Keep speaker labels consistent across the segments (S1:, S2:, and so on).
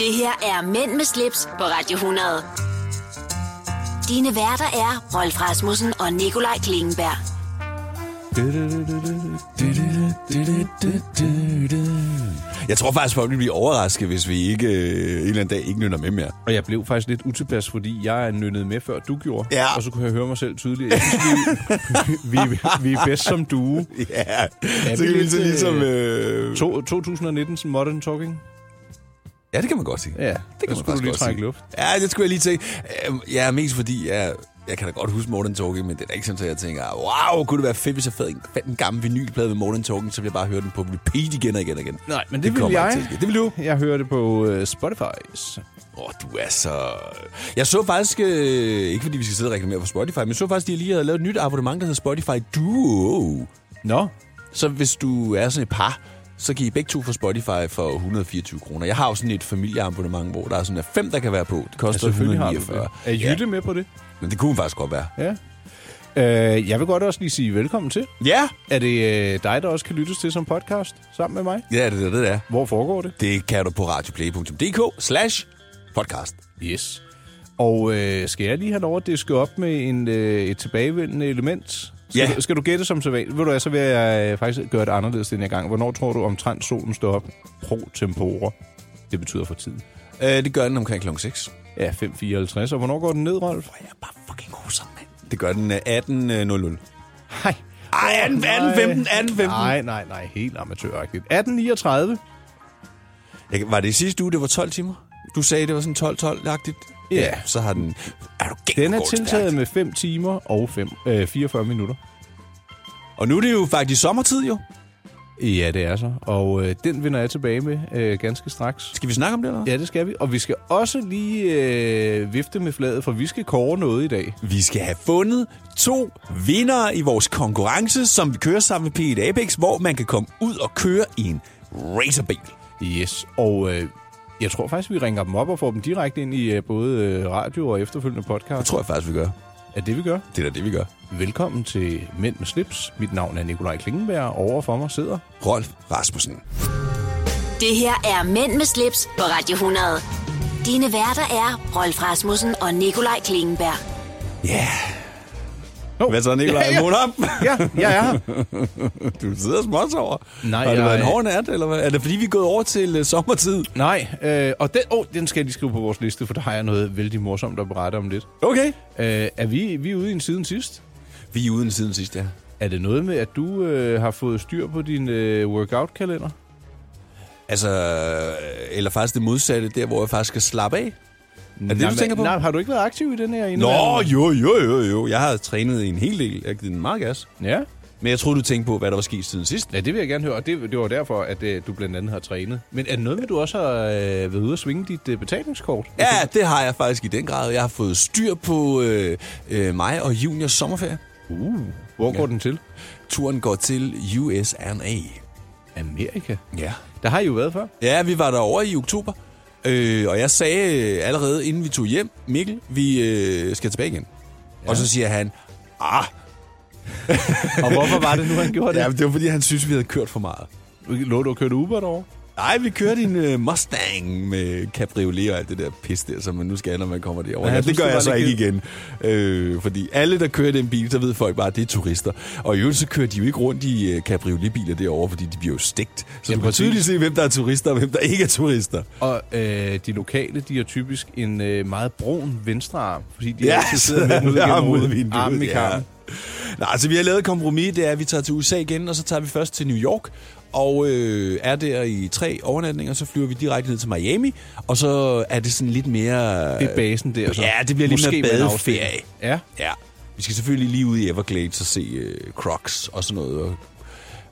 S1: Det her er Mænd med slips på Radio 100. Dine værter er Rolf Rasmussen og Nikolaj Klingenberg.
S2: Jeg tror faktisk, folk vil blive overrasket, hvis vi ikke øh, en eller anden dag ikke nytter med mere.
S3: Og jeg blev faktisk lidt utilpas, fordi jeg er nynnet med, før du gjorde.
S2: Ja.
S3: Og så kunne jeg høre mig selv tydeligt. Jeg synes, vi, vi, vi er bedst som due.
S2: Ja,
S3: Er
S2: så kan
S3: vi
S2: vi
S3: lidt,
S2: så
S3: øh,
S2: ligesom... Øh...
S3: To, 2019's Modern Talking.
S2: Ja, det kan man godt sige.
S3: Ja, det kan man
S2: faktisk
S3: skulle du lige
S2: godt
S3: trække
S2: sige.
S3: luft.
S2: Ja, det skulle jeg lige tænke. Øh, Ja, mest fordi jeg, jeg kan da godt huske Modern Talking, men det er da ikke sådan, at jeg tænker, wow, kunne det være fedt, hvis jeg fandt en, fandt en gammel vinylplade med Modern Talking, så ville jeg bare høre den på repeat igen og igen og igen.
S3: Nej, men det, vil
S2: kommer
S3: jeg.
S2: ikke til at ske. Det vil du.
S3: Jeg hører det på uh, Spotify's.
S2: Åh, oh, du er så... Jeg så faktisk, øh, ikke fordi vi skal sidde og reklamere for Spotify, men jeg så faktisk, at de lige havde lavet et nyt abonnement, der hedder Spotify Duo.
S3: Nå,
S2: Så hvis du er sådan et par, så kan I begge to få Spotify for 124 kroner. Jeg har jo sådan et familieabonnement, hvor der er sådan at fem, der kan være på. Det
S3: altså,
S2: koster ja,
S3: selvfølgelig har du
S2: 149.
S3: det. Er Jytte
S2: Ja,
S3: med på det?
S2: men det kunne hun faktisk godt være.
S3: Ja. Uh, jeg vil godt også lige sige velkommen til.
S2: Ja,
S3: Er det uh, dig, der også kan lyttes til som podcast sammen med mig?
S2: ja det er det, det er.
S3: Hvor foregår det?
S2: Det kan du på radioplay.dk slash podcast.
S3: Yes. Og øh, skal jeg lige have lov at diske op med en, øh, et tilbagevendende element? Skal,
S2: Ja.
S3: du, skal du gætte som så vanligt? Ved du hvad, så vil jeg øh, faktisk gøre det anderledes den her gang. Hvornår tror du omtrent solen står op? Pro tempore. Det betyder for tiden.
S2: Øh, det gør den omkring klokken 6.
S3: Ja, 5.54. Og hvornår går den ned, Rolf?
S2: Jeg er bare fucking god sammen, mand. Det gør den øh, 18.00.
S3: Nej.
S2: Ej, 18, 18, 15, 18, 15.
S3: Nej, nej, nej. Helt amatøragtigt. 1839.
S2: Jeg, var det i sidste uge, det var 12 timer? Du sagde, det var sådan 12-12-agtigt?
S3: Ja.
S2: Så har den... Er du gæld,
S3: Den er tiltaget med 5 timer og fem, øh, 44 minutter.
S2: Og nu er det jo faktisk sommertid, jo.
S3: Ja, det er så. Og øh, den vender jeg tilbage med øh, ganske straks.
S2: Skal vi snakke om det, eller hvad?
S3: Ja, det skal vi. Og vi skal også lige øh, vifte med fladet, for vi skal kåre noget i dag.
S2: Vi skal have fundet to vinder i vores konkurrence, som vi kører sammen med Pete Apex, hvor man kan komme ud og køre i en racerbil.
S3: Yes, og øh, jeg tror faktisk, vi ringer dem op og får dem direkte ind i øh, både øh, radio og efterfølgende
S2: Det
S3: podcast.
S2: tror jeg faktisk, vi gør.
S3: Er det, vi gør.
S2: Det er da det, vi gør.
S3: Velkommen til Mænd med slips. Mit navn er Nikolaj Klingenberg. Over for mig sidder...
S2: Rolf Rasmussen.
S1: Det her er Mænd med slips på Radio 100. Dine værter er Rolf Rasmussen og Nikolaj Klingenberg.
S2: Ja.
S3: Hov.
S2: Yeah. Hvad så, Nicolaj?
S3: Ja, ja.
S2: Mål op!
S3: Ja, jeg er her.
S2: Du sidder småt over.
S3: Nej,
S2: Har det
S3: jeg-
S2: været en hård nat, eller hvad? Er det fordi, vi er gået over til øh, sommertid?
S3: Nej, øh, og den, oh, den skal jeg lige skrive på vores liste, for der har jeg noget vældig morsomt at berette om lidt.
S2: Okay.
S3: Øh, er vi, vi er ude i en siden sidst?
S2: Vi er uden siden sidst, ja.
S3: Er det noget med, at du øh, har fået styr på din øh, workout-kalender?
S2: Altså, eller faktisk det modsatte, der hvor jeg faktisk skal slappe af. Er det,
S3: nej,
S2: du tænker på?
S3: Nej, har du ikke været aktiv i den her
S2: Nå,
S3: indvandring?
S2: jo, jo, jo, jo. Jeg har trænet en hel del. Jeg har givet den meget gas.
S3: Ja.
S2: Men jeg troede, du tænkte på, hvad der var sket siden sidst.
S3: ja, det vil jeg gerne høre, og det, det var derfor, at øh, du blandt andet har trænet. Men er det noget med, at du også har øh, været ude at svinge dit øh, betalingskort?
S2: Ja, det har jeg faktisk i den grad. Jeg har fået styr på øh, øh, mig og juniors sommerferie.
S3: Uh, hvor går
S2: Ja.
S3: den til?
S2: Turen går til USA.
S3: Amerika.
S2: Ja.
S3: Der har I jo været før.
S2: Ja, vi var derovre i oktober. Øh, og jeg sagde øh, allerede, inden vi tog hjem, Mikkel, vi øh, skal tilbage igen. Ja. Og så siger han, ah,
S3: Og hvorfor var det nu, han gjorde det?
S2: ja, men det var fordi, han synes, vi havde kørt for meget.
S3: Lå du at køre Uber derovre?
S2: Nej, vi kørte en uh, Mustang med cabriolet og alt det der pis der, som man nu skal, når man kommer derover.
S3: Ja,
S2: Ja,
S3: jeg
S2: det
S3: synes,
S2: gør
S3: det var
S2: jeg så
S3: lidt
S2: ikke igen. Øh, fordi alle, der kører den bil, så ved folk bare, at det er turister. Og i øvrigt, så kører de jo ikke rundt i uh, cabrioletbiler derovre, fordi de bliver jo stegt. Så
S3: Ja,
S2: ja, du kan
S3: præcis.
S2: tydeligt se, hvem der er turister og hvem der ikke er turister.
S3: Og øh, de lokale, de har typisk en øh, meget brun venstre arm, fordi de
S2: Ja,
S3: altid
S2: så
S3: sidder med den ud
S2: armen
S3: gennem
S2: ud
S3: hovedet.
S2: vinduet,
S3: Armen i
S2: ja.
S3: kampen.
S2: Nej, altså vi har lavet et kompromis, det er, at vi tager til USA igen, og så tager vi først til New York, og øh, er der i tre overnatninger, så flyver vi direkte ned til Miami, og så er det sådan lidt mere...
S3: Det er basen der. Så.
S2: Ja, det bliver lidt
S3: Måske
S2: mere
S3: med en
S2: badeferie.
S3: afstikker. Ja.
S2: Ja. Vi skal selvfølgelig lige ud i Everglades og se øh, Crocs og sådan noget. Og,
S3: Og,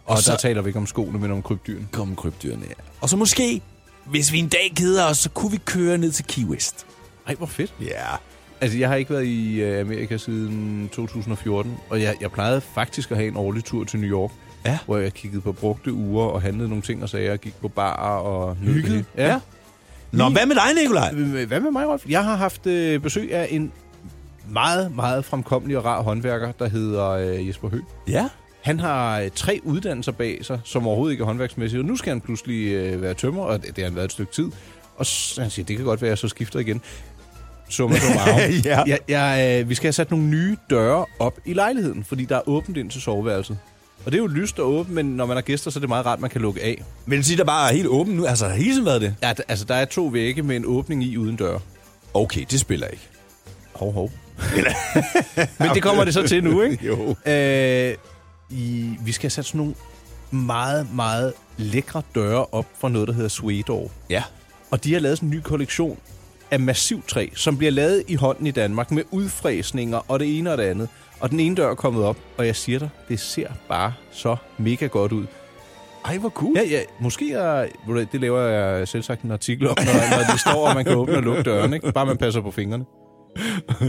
S3: og
S2: så-
S3: så... der taler vi ikke om skoene, men om krybdyrene.
S2: komme krybdyrene ja. Og så måske, hvis vi en dag keder os, så kunne vi køre ned til Key West.
S3: Ej, hvor fedt.
S2: Ja.
S3: Altså, jeg har ikke været i øh, Amerika siden 2014, og jeg, jeg plejede faktisk at have en årlig tur til New York,
S2: Ja.
S3: hvor jeg kiggede på brugte uger og handlede nogle ting og sager, og gik på barer og... nød det
S2: Hyggede.
S3: hele. Ja.
S2: Nå, hvad med dig, Nikolaj?
S3: Øh, Hvad med mig, Rolf? Jeg har haft øh, besøg af en meget, meget fremkommelig og rar håndværker, der hedder øh, Jesper Høgh.
S2: Ja.
S3: Han har øh, tre uddannelser bag sig, som overhovedet ikke er håndværksmæssige, og nu skal han pludselig øh, være tømmer, og det, det har han været et stykke tid. Og så, han siger, det kan godt være, at jeg så skifter igen. Summa summarum.
S2: Ja.
S3: jeg, jeg, øh, vi skal have sat nogle nye døre op i lejligheden, fordi der er åbent ind til soveværelset. Og det er jo lyst og åbent, men når man har gæster, så er det meget rart, man kan lukke af.
S2: Men det siger, der bare er helt åben nu. Altså, har hele tiden været det?
S3: Ja, d- altså, der er to vægge med en åbning i uden døre.
S2: Okay, det spiller ikke.
S3: Hov, hov. Men det kommer det så til nu, ikke?
S2: Jo.
S3: Øh, i, vi skal have sat sådan nogle meget, meget lækre døre op fra noget, der hedder Swedor.
S2: Ja.
S3: Og de har lavet sådan en ny kollektion af massivt træ, som bliver lavet i hånden i Danmark med udfræsninger og det ene og det andet. Og den ene dør er kommet op, og jeg siger dig, det ser bare så mega godt ud.
S2: Ej, hvor cool.
S3: Ja, ja, måske er, ved du hvad, det laver jeg selv sagt en artikel om, når, når de står, og man kan åbne og lukke døren, ikke? Bare man passer på fingrene.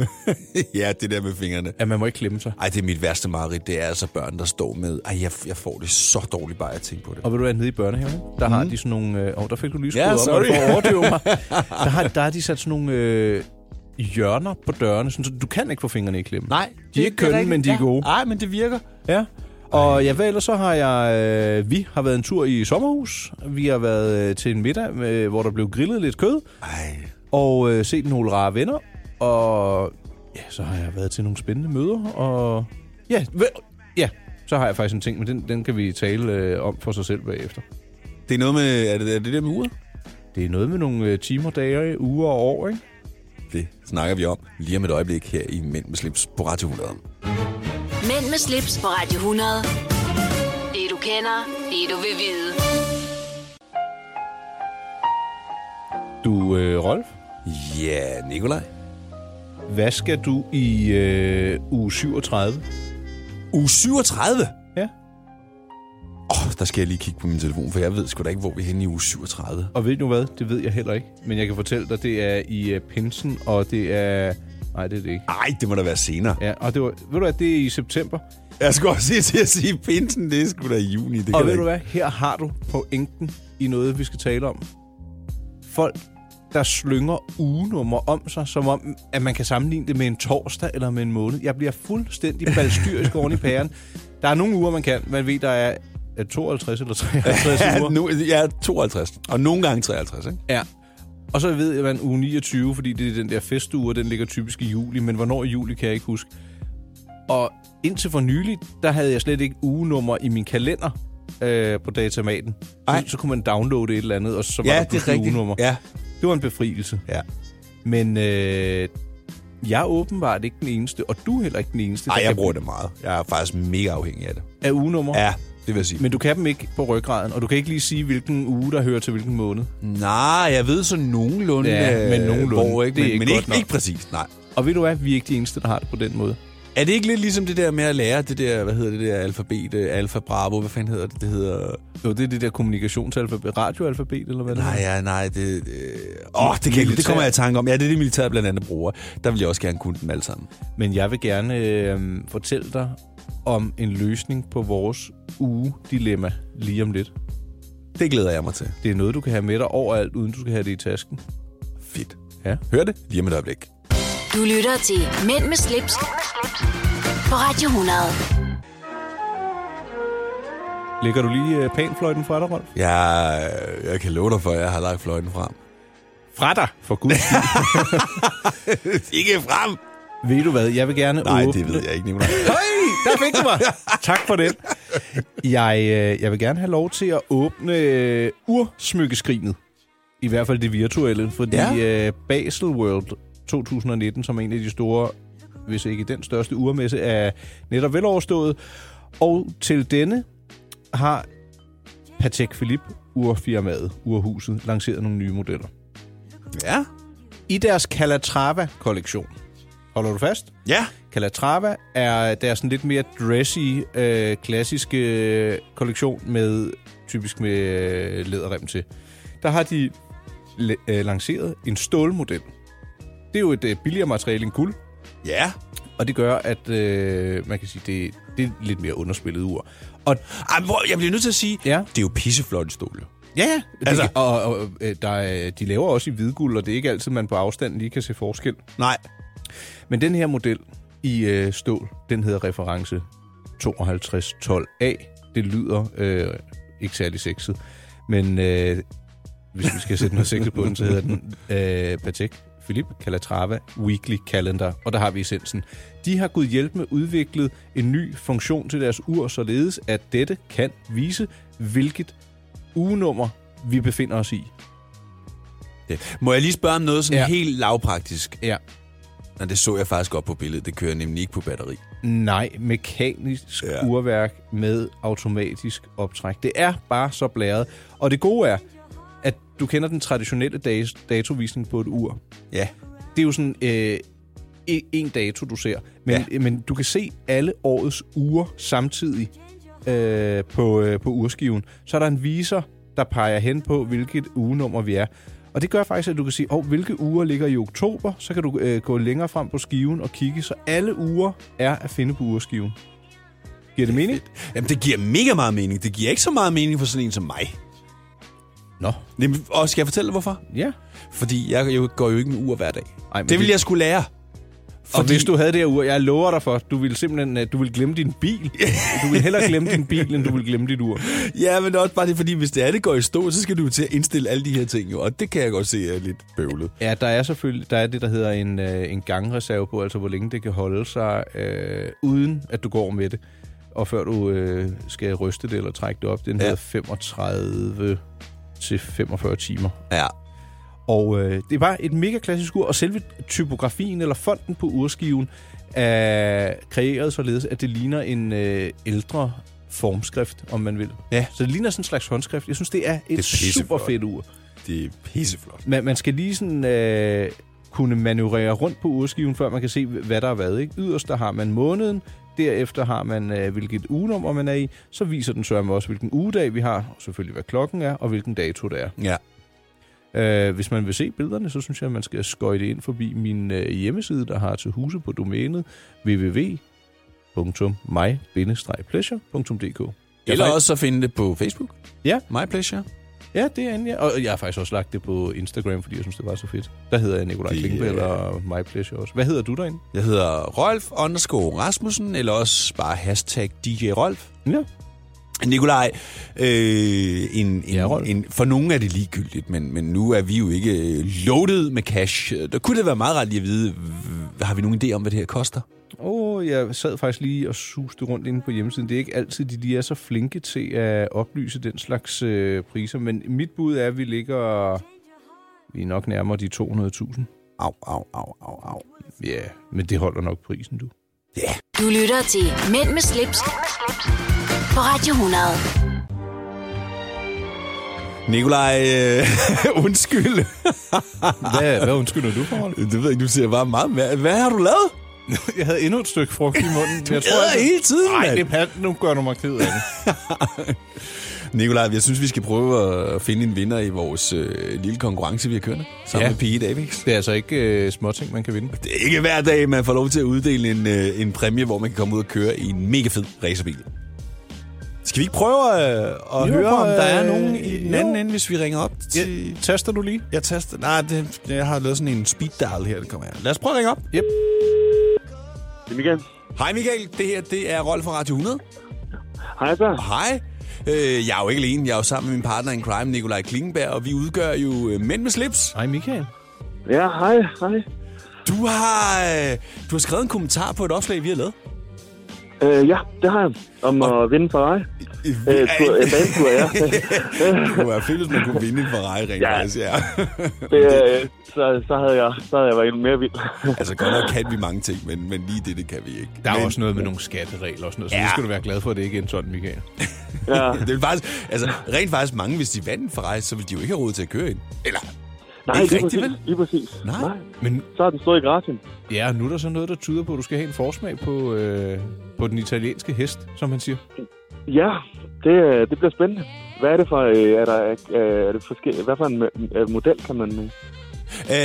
S2: ja, det der med fingrene.
S3: Ja, man må ikke klemme sig.
S2: Ej, det er mit værste mareridt. Det er altså børn, der står med... Ej, jeg, jeg får det så dårligt bare at tænke på det.
S3: Og ved du hvad, nede i børnehaven, der mm. har de sådan nogle... Øh, oh, der fik du lige
S2: Mhm. Ja,
S3: skruet yeah, op,
S2: sorry.
S3: og du får overdøve mig. Der har, der har de sat sådan nogle øh, hjørner på dørene, sådan, så du kan ikke få fingrene i klemme. de er ikke kønne, men de er gode.
S2: Nej, men det virker.
S3: Ja. Og ja, hvad ellers så har jeg... Øh, vi har været en tur i sommerhus. Vi har været øh, til en middag, øh, hvor der blev grillet lidt kød.
S2: Ej.
S3: Og øh, set nogle rare venner. Og ja, så har jeg været til nogle spændende møder. Og ja, vel- ja så har jeg faktisk en ting, men den, den kan vi tale øh, om for sig selv bagefter.
S2: Det er noget med... Er det, er det der med uret?
S3: Det er noget med nogle øh, timer, dage, uger og år, ikke?
S2: Det snakker vi om lige om et øjeblik her i Mænd med slips på Radio 100.
S1: Mænd med slips på Radio 100. Det du kender, det du vil vide.
S3: Du, øh, Rolf,
S2: Ja, Nikolaj.
S3: hvad skal du i øh, uge 37?
S2: Uge 37.
S3: Ja.
S2: Åh, oh, der skal jeg lige kigge på min telefon, for jeg ved sgu da ikke, hvor vi er henne i uge 37.
S3: Og ved du hvad? Det ved jeg heller ikke. Men jeg kan fortælle dig, det er i øh, pinsen, og det er... Nej, det er det ikke.
S2: Ej, det må da være senere.
S3: Ja, og det var, ved du hvad, det er i september.
S2: Jeg skulle også lige til at sige, pinsen, det er sgu da i juni. Det
S3: Og
S2: kan
S3: ved
S2: da
S3: du hvad? Her har du pointen i noget, vi skal tale om. Folk, der slynger ugenummer om sig, som om, at man kan sammenligne det med en torsdag eller med en måned. Jeg bliver fuldstændig balstyrisk oven i pæren. Der er nogle uger, man kan. Man ved, der er er 52 eller 53
S2: Ja,
S3: uger.
S2: nu, ja, 52. Og nogle gange 53, ikke?
S3: Ja. Og så ved jeg, at uge 29, fordi det er den der festuge, og den ligger typisk i juli, men hvornår i juli kan jeg ikke huske. Og indtil for nylig, der havde jeg slet ikke ugenummer i min kalender øh, på datamaten. Så,
S2: Ej.
S3: så kunne man downloade et eller andet, og så var der pludselig ugenummer.
S2: Ja.
S3: Det var en befrielse.
S2: ja.
S3: Men øh, jeg er åbenbart ikke den eneste, og du er heller ikke den eneste,
S2: Ej,
S3: der
S2: jeg
S3: kan
S2: bruger det meget. Jeg er faktisk mega afhængig af det.
S3: af ugenummer.
S2: Ja, det vil jeg sige.
S3: Men du kan dem ikke på ryggraden, og du kan ikke lige sige, hvilken uge, der hører til hvilken måned.
S2: Nej, jeg ved så nogenlunde,
S3: Ja, men
S2: øh,
S3: nogenlunde.
S2: hvor, ikke?
S3: Det er
S2: men,
S3: ikke
S2: men
S3: godt
S2: ikke,
S3: nok.
S2: ikke præcis, nej.
S3: Og ved du hvad, vi er ikke de eneste, der har det på den måde.
S2: Er det ikke lidt ligesom det der med at lære det der, hvad hedder det der alfabet, øh, alfa bravo, hvad fanden hedder det? Det hedder...
S3: Jo, det er det der kommunikationsalfabet, radioalfabet, eller hvad det
S2: Nej,
S3: hedder.
S2: ja, nej, det... øh, Åh, det, kan, jeg- det kommer jeg i tanke om. Ja, det er det, militæret blandt andet bruger. Der vil jeg også gerne kunne dem alle sammen.
S3: Men jeg vil gerne øh, fortælle dig om en løsning på vores uge-dilemma lige om lidt.
S2: Det glæder jeg mig til.
S3: Det er noget, du kan have med dig overalt, uden du skal have det i tasken.
S2: Fedt.
S3: Ja.
S2: Hør det lige om et øjeblik.
S1: Du lytter til Mænd med slips, på Radio 100.
S3: Lægger du lige øh, panfløjten fra dig, Rolf?
S2: Jeg, jeg kan love dig for, at jeg har lagt fløjten frem.
S3: Fra dig! For guds skyld.
S2: ikke frem!
S3: ved du hvad, jeg vil gerne
S2: Nej,
S3: åbne...
S2: det ved jeg ikke, Nicolaj.
S3: Høj, der fik du mig! tak for det. Jeg, øh, jeg vil gerne have lov til at åbne øh, ursmykkeskrinet. I hvert fald det virtuelle, fordi ja. øh, Baselworld 2019, som er en af de store, hvis ikke den største urmesse, er netop veloverstået. Og til denne har Patek Philippe urfirmaet, urhuset, lanceret nogle nye modeller
S2: Ja.
S3: i deres Calatrava-kollektion. Holder du fast?
S2: Ja.
S3: Calatrava er deres sådan lidt mere dressy, øh, klassiske øh, kollektion med typisk med øh, læderrem til. Der har de la- øh, lanceret en stålmodel. Det er jo et øh, billigere materiale end guld,
S2: Ja.
S3: og det gør, at øh, man kan sige, det, det er lidt mere underspillet ur. Og
S2: Ej, hvor, jeg bliver nødt til at sige,
S3: Ja.
S2: det er jo pisseflot stol. jo.
S3: ja, ja, det,
S2: Altså-
S3: altså. og, og øh, der, er- de laver også i hvidguld, og det er ikke altid, man på afstand lige kan se forskel.
S2: Nej.
S3: Men den her model i øh, stål, den hedder reference 5212A. Det lyder øh, ikke særlig sexet, men øh, hvis vi skal sætte noget sikkerhed på den, så hedder den øh, Patek Philip Calatrava Weekly Calendar. Og der har vi essensen. De har gået hjælp med udviklet en ny funktion til deres ur, således at dette kan vise, hvilket ugenummer vi befinder os i.
S2: Det. Må jeg lige spørge om noget sådan ja.
S3: Ja.
S2: helt lavpraktisk?
S3: Ja.
S2: Nå, det så jeg faktisk godt på billedet. Det kører nemlig ikke på batteri.
S3: Nej, mekanisk
S2: Ja.
S3: ja. urværk med automatisk optræk. Det er bare så blæret. Og det gode er, at du kender den traditionelle dags- datovisning på et ur.
S2: Ja.
S3: Det er jo sådan øh, e- en dato, du ser. Men, ja. men du kan se alle årets uger samtidig øh, på, øh, på urskiven. Så er der en viser, der peger hen på, hvilket ugenummer vi er. Og det gør faktisk, at du kan sige, oh, hvilke uger ligger i oktober. Så kan du øh, gå længere frem på skiven og kigge, så alle uger er at finde på urskiven. Giver det mening?
S2: Jamen, det giver mega meget mening. Det giver ikke så meget mening for sådan en som mig.
S3: Nå.
S2: Jamen, Og skal jeg fortælle dig, hvorfor?
S3: Ja.
S2: Fordi jeg jo, går jo ikke med ur hver dag.
S3: Ej, men
S2: det vil
S3: det-
S2: jeg skulle lære.
S3: Fordi... Og hvis du havde det her ur, jeg lover dig for, du ville simpelthen øh, du ville glemme din bil. Du ville hellere glemme din bil, end du ville glemme dit ur.
S2: Ja, men også bare det, fordi hvis det er, det går i stå, så skal du jo til at indstille alle de her ting, jo, og det kan jeg godt se er lidt bøvlet.
S3: Ja, der er selvfølgelig der er det, der hedder en, øh, en gangreserve på, altså hvor længe det kan holde sig, øh, uden at du går med det. Og før du øh, skal ryste det eller trække det op, den
S2: Ja.
S3: ja. hedder 35 til 45 timer.
S2: Ja.
S3: Og øh, det er bare et mega klassisk ur, og selve typografien eller fonten på urskiven er kreeret således, at det ligner en øh, ældre formskrift, om man vil.
S2: Ja.
S3: Så det ligner sådan en slags håndskrift. Jeg synes, det er et det
S2: pisseflot.
S3: super fedt ur.
S2: Det er pisseflot.
S3: Man, man skal lige sådan øh, kunne manøvrere rundt på urskiven, før man kan se, hvad der er hvad. Ikke? Yderst der har man måneden, derefter har man, øh, hvilket ugenummer man er i. Så viser den sørme også, hvilken ugedag vi har, og selvfølgelig, hvad klokken er, og hvilken dato det er.
S2: Ja.
S3: Øh, hvis man vil se billederne, så synes jeg, at man skal skøjte ind forbi min øh, hjemmeside, der har til huse på domænet www.my-pleasure.dk
S2: Eller
S3: Jeg-
S2: også så finde det på Facebook.
S3: Ja.
S2: My pleasure.
S3: Ja, det er en, ja. Og jeg har faktisk også lagt det på Instagram, fordi jeg synes, det var så fedt. Der hedder jeg Nikolaj
S2: Det-
S3: Klingbeil og My Pleasure også. Hvad hedder du derinde?
S2: Jeg hedder Rolf underscore Rasmussen, eller også bare hashtag DJ Rolf.
S3: Ja.
S2: Nikolaj, øh, en, en,
S3: Ja, Rolf.
S2: en, for nogen er det ligegyldigt, men, men nu er vi jo ikke øh, loaded med cash. Der kunne det være meget rart lige at vide, hv- har vi nogen idé om, hvad det her koster?
S3: Åh, oh, jeg sad faktisk lige og suste rundt inde på hjemmesiden. Det er ikke altid, de lige er så flinke til at oplyse den slags øh, priser, men mit bud er, at vi ligger... Vi er nok nærmere de 200.000.
S2: Au, au, au, au, au.
S3: Ja, yeah, men det holder nok prisen, du.
S1: Du lytter til Mænd med slips, på Radio 100.
S2: Nikolaj, øh, undskyld.
S3: Hvad, hvad undskylder du for?
S2: Det ved jeg ikke, du siger bare meget mere. Hvad har du lavet?
S3: Jeg havde endnu et stykke frugt i munden. du jeg
S2: æder hele tiden,
S3: Nej,
S2: mand.
S3: det er Nu gør du mig ked af det.
S2: Nikolaj, jeg synes, vi skal prøve at finde en vinder i vores øh, lille konkurrence, vi har kørende. Sammen ja.
S3: Ja.
S2: med Pige Davies.
S3: Det er altså ikke øh, småting, man kan vinde.
S2: Det er ikke hver dag, man får lov til at uddele en, øh, en præmie, hvor man kan komme ud og køre i en mega fed racerbil. Skal vi ikke prøve øh, at jo, høre, om der er
S3: øh,
S2: nogen i den
S3: jo.
S2: anden ende, hvis vi ringer op til...
S3: Ja, taster du lige?
S2: Jeg taster... Nej, det, jeg har lavet sådan en speed dial her, det kommer her. Lad os prøve at ringe op.
S3: Yep.
S4: Det er Michael.
S2: Hej Michael, det her det er Rolf fra Radio 100.
S4: Hej så.
S2: Hej. Øh, jeg er jo ikke alene. Jeg er jo sammen med min partner in crime, Nikolaj Klingenberg, og vi udgør jo øh, Mænd med slips.
S3: Hej, Michael.
S4: Ja, hej, hej.
S2: Du har, øh, du har skrevet en kommentar på et opslag, vi har lavet.
S4: Øh, ja, det har jeg. Om at vinde for dig. Øh, tur, øh, banetur, ja.
S2: Det kunne være fedt, hvis man kunne vinde en Ferrari rent
S4: Ja.
S2: faktisk, ja.
S4: det, øh, så, så, havde jeg, så havde jeg været endnu mere vild.
S2: altså godt nok kan vi mange ting, men, men lige det, det kan vi ikke.
S3: Der er
S2: men,
S3: men, også noget med nogle skatteregler og sådan noget, så
S2: Ja.
S3: ja. det skal du være glad for, at det ikke er en sådan, Michael.
S4: ja.
S2: Det er faktisk, altså, rent faktisk mange, hvis de vandt en Ferrari, så ville de jo ikke have råd til at køre ind. Eller,
S4: Nej,
S2: Ikke
S4: lige
S2: rigtigt,
S4: præcis.
S2: vel?
S4: Lige præcis.
S2: Nej.
S3: Men
S4: Så har den stået i græsien.
S3: ja, nu er der så noget, der tyder på, at du skal have en forsmag på, øh, på den italienske hest, som han siger.
S4: Ja, det, øh, det bliver spændende. Hvad er det for, øh, er der, øh, er det forskellige, hvad for en øh, model kan man... øh,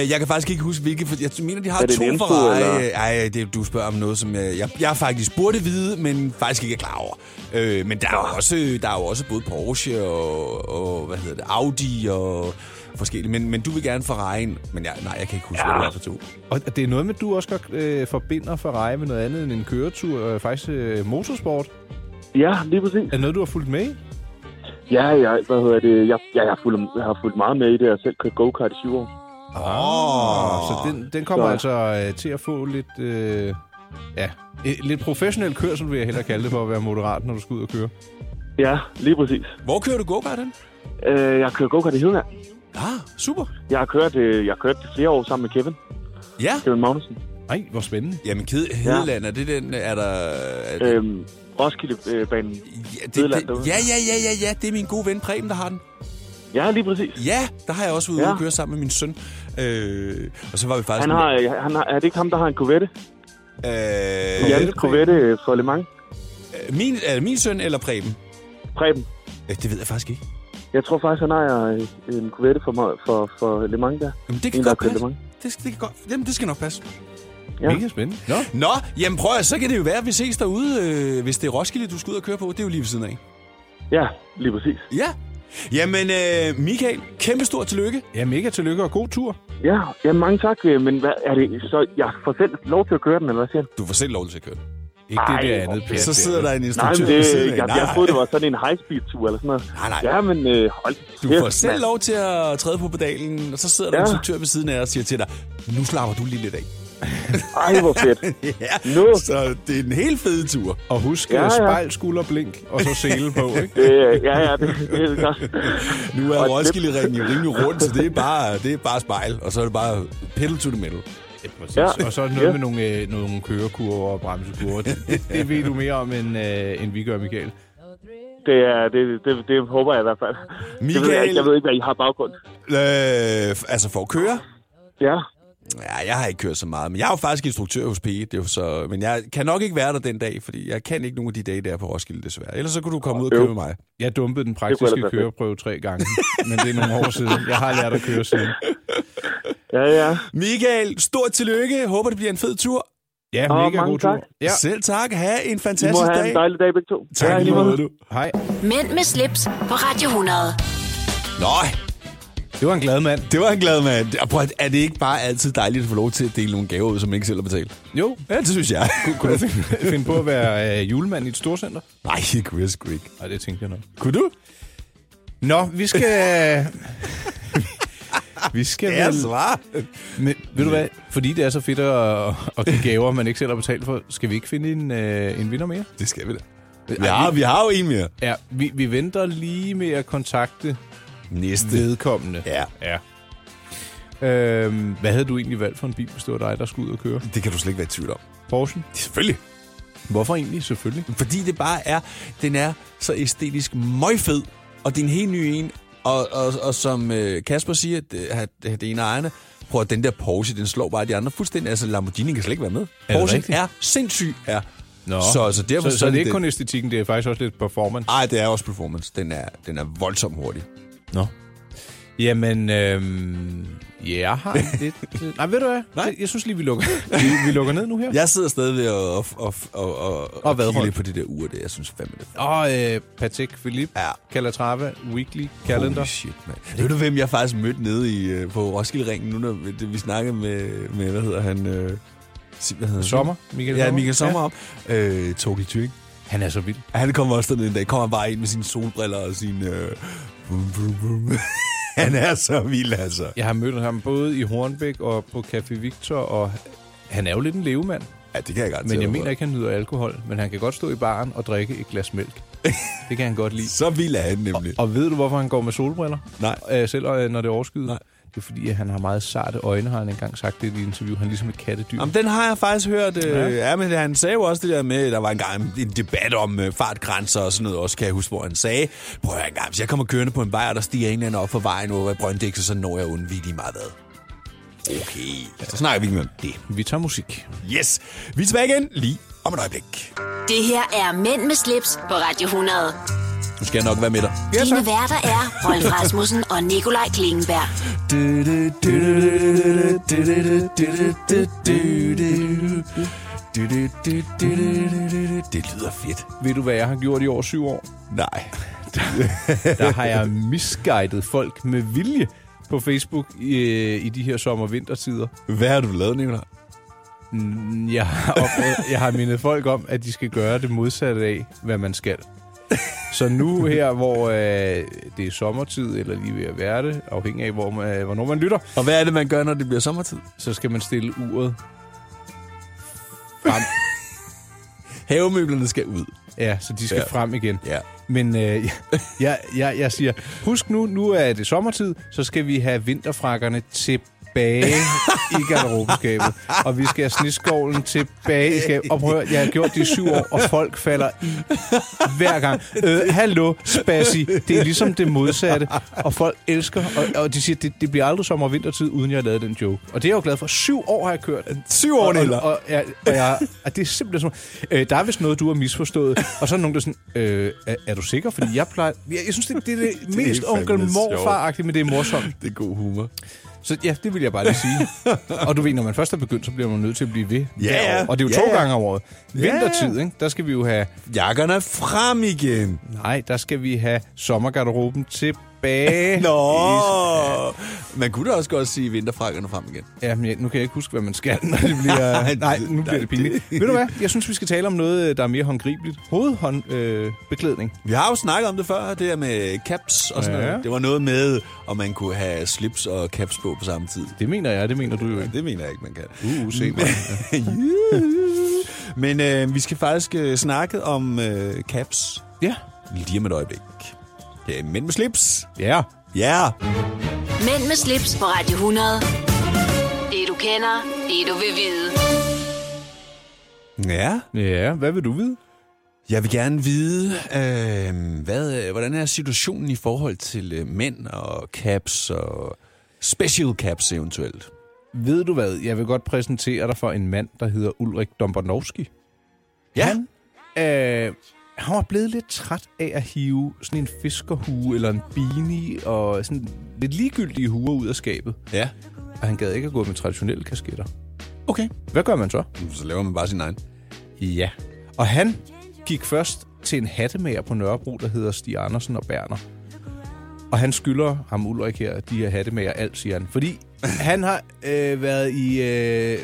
S2: øh, jeg kan faktisk ikke huske, hvilke, for jeg mener, de har
S4: Er det
S2: to
S4: en info,
S2: Ferrari.
S4: eller?
S2: Ej, det, du spørger om noget, som jeg, jeg, jeg faktisk burde vide, men faktisk ikke er klar over. Øh, men der er, jo også, der er jo også både Porsche og, og hvad hedder det, Audi og forskellige. Men, men du vil gerne Ferrari'en, men jeg, nej, jeg kan ikke huske, ja. hvad det er for to.
S3: Og det er noget med, at du også godt øh, forbinder Ferrari med noget andet end en køretur, øh, faktisk øh, motorsport.
S4: Ja, lige præcis.
S3: Er det noget, du har fulgt med i?
S4: Ja, jeg, hvad hedder det? Jeg, jeg, jeg, har fulgt, jeg har fulgt meget med i det. Jeg har selv kørt go-kart i syv år.
S3: Oh. Så den, den kommer
S4: Så-
S3: altså øh, til at få lidt... Øh, ja, øh, lidt professionel kørsel, vil jeg hellere kalde det, for at være moderat, når du skal ud og køre.
S4: Ja, lige præcis.
S2: Hvor kører du go-kart hen?
S4: Øh, jeg har kørt go-kart i Hedeland.
S2: Ah, super.
S4: Jeg har kørt, øh, jeg har kørt det flere år sammen med Kevin.
S2: Ja.
S4: Kevin Magnussen.
S3: Nej, hvor spændende.
S2: Jamen, Ked Hedeland, er det den, er der... Er det,
S4: Øhm, Roskilde-banen.
S2: ja, det,
S4: Hedeland
S2: det,
S4: derude.
S2: ja, ja, ja, ja, ja, det er min gode ven Preben, der har den.
S4: Ja, lige præcis.
S2: Ja, der har jeg også været ude
S4: Ja.
S2: og køre sammen med min søn. Øh, og så var vi faktisk...
S4: Han har, øh, han har, er det ikke ham, der har en Corvette?
S2: Øh,
S4: Ja, det Corvette øh, for Le Mans.
S2: min, er det min søn eller Preben?
S4: Preben.
S2: Øh, det ved jeg faktisk ikke.
S4: Jeg tror faktisk, han ejer øh, en Corvette for, mig- for, for Le Mans der.
S2: Jamen, det kan
S4: En, der
S2: godt
S4: har kørt
S2: passe.
S4: Le Mans.
S2: Det, skal- det kan godt, jamen, det skal nok passe.
S4: Ja.
S3: Mega spændende. Nå,
S2: Nå, jamen prøv at, så kan det jo være, at vi ses derude, øh, hvis det er Roskilde, du skal ud og køre på. Det er jo lige ved siden af.
S4: Ja, lige præcis.
S2: Ja. Jamen, øh, Michael, kæmpe stor tillykke.
S3: ja, mega tillykke og god tur.
S4: Ja, ja mange tak. øh, Men hvad er det? Så jeg får selv lov til at køre den, eller hvad siger han?
S2: Du får selv lov til at køre.
S3: Ikke det
S4: Ej,
S3: der
S4: hvor
S3: andet pjat.
S2: så sidder der en
S4: Nej,
S2: instruktør
S4: men det,
S2: ved siden af.
S4: jeg, jeg troede, det var sådan en high-speed-tur eller sådan noget.
S2: Nej, nej.
S4: Ja, men øh, hold
S2: Du
S4: kæft,
S2: får selv
S4: mand.
S2: lov til at træde på pedalen, og så sidder der
S4: Ja.
S2: en instruktør ved siden af og siger til dig, nu slapper du lige lidt af.
S4: Ej, hvor fedt.
S2: ja,
S4: Nu.
S2: så det er en helt fed tur.
S3: Og husk
S4: Ja,
S3: ja,
S4: ja.
S3: ja. spejl, skulder, blink, og så sele på, ikke?
S4: Øh, ja, ja, det, det er godt.
S2: Nu er
S4: Og det-
S2: roskilde ringen jo rimelig rundt, så det er, bare, det er bare spejl, og så er det bare pedal to the metal.
S4: Ja.
S3: Og så er det noget
S4: Ja.
S3: med nogle, øh, nogle kørekurver og bremsekurver. Det, det, det ved du mere om, end, øh, end vi gør, Michael.
S4: Det, er, det, det, det håber jeg i hvert fald. Det ved jeg,
S2: Michael.
S4: ikke, jeg ved ikke, hvad I har baggrund.
S2: Øh, f- altså for at køre?
S4: Ja,
S2: Ja, jeg har ikke kørt så meget, men jeg er jo faktisk instruktør hos PE, det er jo så, men jeg kan nok ikke være der den dag, fordi jeg kan ikke nogen af de dage der på Roskilde, desværre. Ellers så kunne du komme ud og køre med mig.
S3: Jeg dumpede den
S4: kunne ellers
S3: praktiske
S4: være fedt.
S3: køreprøve tre gange, men det er nogle år siden. Jeg har lært at køre siden.
S4: ja, ja.
S2: Michael, stort tillykke. Håber, det bliver en fed tur.
S3: Ja,
S4: Åh,
S3: mega
S4: mange
S3: god tur.
S4: tak.
S3: Ja,
S2: Selv tak. Ha' en
S4: I må
S2: fantastisk
S4: have
S2: dag.
S4: en dejlig dag begge to.
S2: Tak
S4: ja, i
S2: lige
S4: måde.
S2: måde, du.
S3: hej.
S1: Mænd med slips på Radio 100.
S2: Nå,
S3: Det var en glad mand.
S2: det var en glad mand. Og prøv, at- er det ikke bare altid dejligt at få lov til at dele nogle gaver ud, som man ikke selv har betalt?
S3: Jo,
S2: Ja, det synes jeg.
S3: kunne du finde, finde på at være øh, julemand i et storcenter?
S2: Nej, det kunne jeg sgu ikke.
S3: Nej, det tænkte jeg nok.
S2: Kunne du?
S3: Nå, vi skal... vi skal
S2: Ja,
S3: vel...
S2: svar.
S3: Men, ved du hvad? Fordi det er så fedt at, at give gaver, man ikke selv har betalt for, skal vi ikke finde en, øh, en vinder mere?
S2: Det skal vi da. Vi har, vi har jo en mere.
S3: Ja, vi, vi venter lige med at kontakte
S2: Næste.
S3: vedkommende.
S2: Ja,
S3: ja. Øhm, hvad havde du egentlig valgt for en bil, hvis det var dig, der skulle ud og køre?
S2: det kan du slet ikke være i tvivl om.
S3: Porsche?
S2: Selvfølgelig.
S3: Hvorfor egentlig? Selvfølgelig.
S2: Fordi det bare er, den er så æstetisk møgfed, og det er en helt ny en. Og, og, og som øh, Kasper siger, det, er- det er det ene af ejerne, prøv at den der Porsche, den slår bare de andre fuldstændig. Altså Lamborghini kan slet ikke være med.
S3: det
S2: Porsche
S3: rigtigt?
S2: er sindssyg. Ja.
S3: Nå.
S2: Så, så derfor
S3: så, så det er ikke
S2: den-
S3: kun æstetikken, det er faktisk også lidt performance.
S2: Ej, det er også performance. Den er, den er voldsomt hurtig.
S3: Nå. Jamen, øhm, ja, jeg har en lidt... øh, Nej, ved du hvad? Nej. Jeg synes lige, vi lukker, vi, vi lukker ned nu her.
S2: Jeg sidder stadigvæk og, og, og, og, og, og kigger
S3: vadholdt.
S2: lidt på det der ur, det jeg synes fandme det er
S3: Og øh, Patek Philippe,
S2: Ja.
S3: ja. Calatrava, Weekly,
S2: Holy
S3: Calendar.
S2: shit, man. Ved du, hvem jeg faktisk mødte nede i, øh, på Roskilde-ringen, nu når vi, det- vi snakkede med, med, hvad hedder han? Øh, Sim- hvad hedder han?
S3: Sommer, Michael
S2: Ja,
S3: Sommer.
S2: Michael Sommer ja. op. Øh, Torgild Tyrk.
S3: Han er så vild.
S2: Han kommer også dernede en dag. Kommer bare ind med sine solbriller og sine... Øh, bum, bum, bum. Han er så vild, altså.
S3: Jeg har mødt ham både i Hornbæk og på Café Victor, og han er jo lidt en levemand.
S2: Ja, det kan jeg godt
S3: Men jeg mener ikke, han nyder alkohol, men han kan godt stå i baren og drikke et glas mælk. Det kan han godt lide.
S2: Så vild er han nemlig.
S3: Og ved du, hvorfor han går med solbriller?
S2: Nej.
S3: Øh, selv øh, når det er overskyet?
S2: Nej.
S3: Det er fordi, at han har meget sarte øjne, har han engang sagt det i et interview. Han er ligesom et kattedyr.
S2: Jamen, den har jeg faktisk hørt. Øh, ja. ja, men han sagde jo også det der med, der var engang en, en debat om øh, fartgrænser og sådan noget også, kan jeg huske, hvor han sagde, prøv at høre engang, hvis jeg kommer kørende på en vej, og der stiger en eller anden op for vejen over ved Brøndæk, så sådan når jeg undvige lige meget hvad. Okay, så snakker vi ikke mere om det.
S3: Vi tager musik.
S2: Yes, vi er tilbage igen lige om et øjeblik.
S1: Det her er Mænd med slips på Radio 100.
S2: Nu skal jeg nok være med dig.
S1: Dine værter er Rolf Rasmussen og Nikolaj Klingenberg.
S2: Det lyder fedt.
S3: Ved du, hvad jeg har gjort i over syv år?
S2: Nej.
S3: Der har jeg misguidet folk med vilje på Facebook i, i de her sommer- og vintertider.
S2: Hvad har du lavet, Nicolaj?
S3: Mm, Jeg har, op, jeg har mindet folk om, at de skal gøre det modsatte af, hvad man skal. Så nu her, hvor øh, det er sommertid, eller lige ved at være det, afhængig af, hvor man, øh, hvornår man lytter,
S2: Og hvad er det, man gør, når det bliver sommertid?
S3: så skal man stille uret frem.
S2: Havemøblerne skal ud.
S3: Ja, så de skal
S2: Ja.
S3: ja. frem igen.
S2: Ja.
S3: Men øh, jeg, jeg, jeg siger, husk nu, nu er det sommertid, så skal vi have vinterfrakkerne tilbage i garderobeskabet. Og vi skal have sniskovlen tilbage i skabet. Og prøv at høre, jeg har gjort det i syv år, og folk falder i hver gang. Øh, hallo, spassi. Det er ligesom det modsatte. Og folk elsker, og, og de siger, det, det bliver aldrig sommer- og vintertid, uden jeg har lavet den joke. Og det er jeg jo glad for. Syv år har jeg kørt.
S2: Syv år,
S3: og,
S2: Niller.
S3: og, og, jeg, og, jeg, og det er simpelthen som, øh, der er vist noget, du har misforstået. Og så er der nogen, der er sådan, øh, er, er du sikker? Fordi jeg plejer... Jeg, jeg synes, det, det er det, det mest
S2: fandme
S3: onkel morfar men det er morsomt.
S2: Det er god humor.
S3: Så ja, det vil jeg bare lige sige. og du ved, når man først er begyndt, så bliver man nødt til at blive ved.
S2: Ja,
S3: hver
S2: ja.
S3: år. Og det er jo
S2: Ja,
S3: to
S2: ja.
S3: gange om året.
S2: ja.
S3: Vintertid, ikke? der skal vi jo have...
S2: Jakkerne er frem igen.
S3: Nej, der skal vi have sommergarderoben tilbage.
S2: Nå,
S3: Yes.
S2: man kunne da også godt sige vinterfrakkerne frem igen.
S3: Ja, men jeg, nu kan jeg ikke huske, hvad man skal, når det bliver... Nej, nu bliver det pinligt. Ved du hvad? Jeg synes, vi skal tale om noget, øh, der er mere håndgribeligt. Hovedhåndbeklædning. Øh, beklædning.
S2: Vi har jo snakket om det før, det der med caps og sådan
S3: Ja.
S2: noget. Det var noget med, om man kunne have slips og caps på på samme tid.
S3: det mener jeg, det mener du jo ikke.
S2: Det mener jeg ikke, man kan.
S3: Uh, se mig.
S2: Men øh, vi skal faktisk øh, snakke om øh, caps
S3: Ja.
S2: lige om et øjeblik. Ja, men med slips.
S3: Ja.
S2: Ja. Yeah.
S1: Mænd med slips på Radio 100. Det du kender, det du vil vide.
S2: Ja.
S3: Ja, hvad vil du vide?
S2: Jeg vil gerne vide, øh, hvad, øh, hvordan er situationen i forhold til øh, mænd og caps og special caps eventuelt?
S3: Ved du hvad? Jeg vil godt præsentere dig for en mand, der hedder Ulrik Dombornowski.
S2: Ja.
S3: Han, øh, han var blevet lidt træt af at hive sådan en fiskerhue eller en beanie og sådan lidt ligegyldige huer ud af skabet.
S2: Ja.
S3: Og han gad ikke at gå med traditionelle kasketter.
S2: Okay.
S3: Hvad gør man så?
S2: Så laver man bare sin egen.
S3: Ja. Og han gik først til en hattemager på Nørrebro, der hedder Stig Andersen og Berner. Og han skylder ham Ulrik her, de her hattemager, alt, siger han. Fordi han har øh, været i, øh,